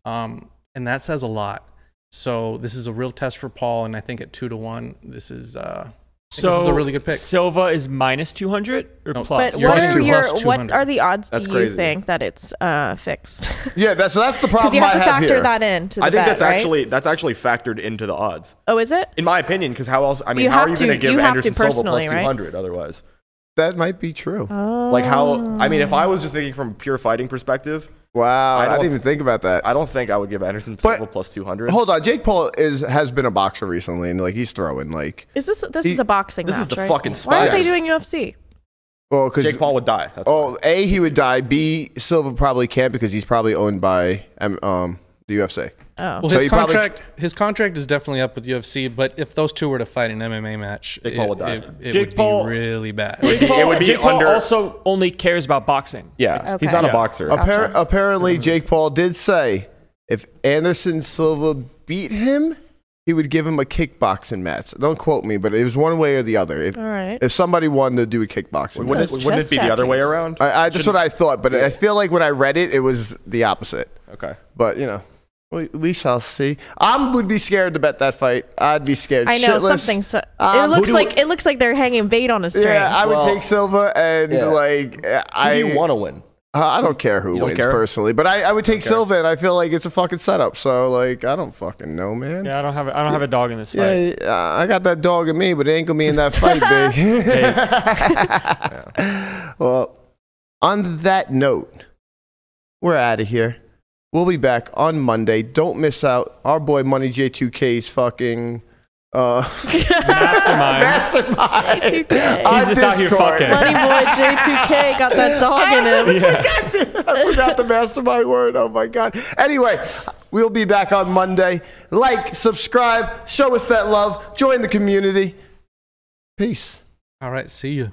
S6: Um, and that says a lot. So this is a real test for Paul, and I think at two to one, this is uh, I think
S3: So
S6: this is a really good pick.
S3: Silva is minus 200 or
S6: No,
S3: plus?
S4: but
S6: You're
S4: what
S6: plus
S4: are,
S6: two-
S4: your,
S6: plus
S4: what
S6: 200.
S4: are the odds
S5: That's
S4: do you
S5: crazy.
S4: think that it's uh, fixed?
S2: Yeah, that's, so that's the problem
S4: Because you have
S2: I
S4: to factor
S2: here.
S4: that in to the
S5: I think
S4: bet,
S5: that's
S4: right?
S5: actually that's actually factored into the odds,
S4: Oh, is it?
S5: in my opinion. Because how else? I mean,
S4: You
S5: how
S4: have
S5: are you
S4: to-
S5: going to give
S4: you have to
S5: Anderson Silva plus
S4: personally, right?
S5: two hundred otherwise?
S2: That might be true.
S4: Oh.
S5: Like how? I mean, if I was just thinking from a pure fighting perspective,
S2: Wow, I,
S5: I don't-
S2: didn't even think about that.
S5: I don't think I would give Anderson
S2: But-
S5: Silva plus two hundred.
S2: Hold on, Jake Paul is has been a boxer recently, and like he's throwing like
S4: Is this this
S2: He-
S4: is a boxing
S5: this is
S4: match,
S5: the
S4: right?
S5: fucking
S4: Why aren't they
S5: spice.
S4: doing UFC?
S2: well because
S5: Jake Paul would die. That's
S2: Oh, a he would die. B Silva probably can't because he's probably owned by um, um the UFC.
S4: Oh.
S6: Well,
S2: So
S6: his
S2: you probably-
S6: contract his contract is definitely up with UFC, but if those two were to fight in an MMA match,
S5: Jake Paul
S6: it,
S5: would die.
S6: it- it
S3: Jake
S6: would
S3: Paul-
S6: be really bad.
S3: Jake Paul,
S5: It would be
S3: Jake Paul
S5: under-
S3: also only cares about boxing.
S5: yeah,
S4: Okay.
S5: he's not
S6: Yeah.
S5: a boxer.
S2: Appar- apparently,
S5: Mm-hmm.
S2: Jake Paul did say if Anderson Silva beat him, he would give him a kickboxing match. Don't quote me, but it was one way or the other. If,
S4: All right.
S2: if somebody won to do a kickboxing, match.
S5: Wouldn't
S4: Those
S5: it, wouldn't it
S4: chest
S5: be the other way
S4: tattoos.
S5: around?
S2: I, I that's what I thought, but I feel like when I read it, it was the opposite.
S5: Okay.
S2: But you know, we, we shall see. I would be scared to bet that fight. I'd be scared.
S4: I know
S2: shitless.
S4: something. So,
S2: Um,
S4: it looks
S5: who do-
S4: like it looks like they're hanging bait on a string.
S2: Yeah, I would
S5: Well,
S2: take Silva, and
S5: yeah.
S2: like
S5: Who do
S2: I
S5: you want to win?
S2: Uh, I don't care who
S5: don't
S2: wins
S5: care?
S2: personally, but I, I would take Silva, and I feel like it's a fucking setup. So like, I don't fucking know, man.
S3: Yeah, I don't have a, I don't have a dog in this fight.
S2: Yeah, uh, I got that dog in me, but it ain't gonna be in that fight, big. well, on that note, we're out of here. We'll be back on Monday. Don't miss out. Our boy Money J2K's fucking uh,
S3: Mastermind.
S2: mastermind.
S4: J2K.
S2: on
S3: He's just out here
S2: Discord.
S3: fucking.
S4: Money boy J2K got that dog in him.
S2: I forgot the mastermind word. Oh my God. Anyway, we'll be back on Monday. Like, subscribe, show us that love, join the community. Peace.
S6: All right, see you.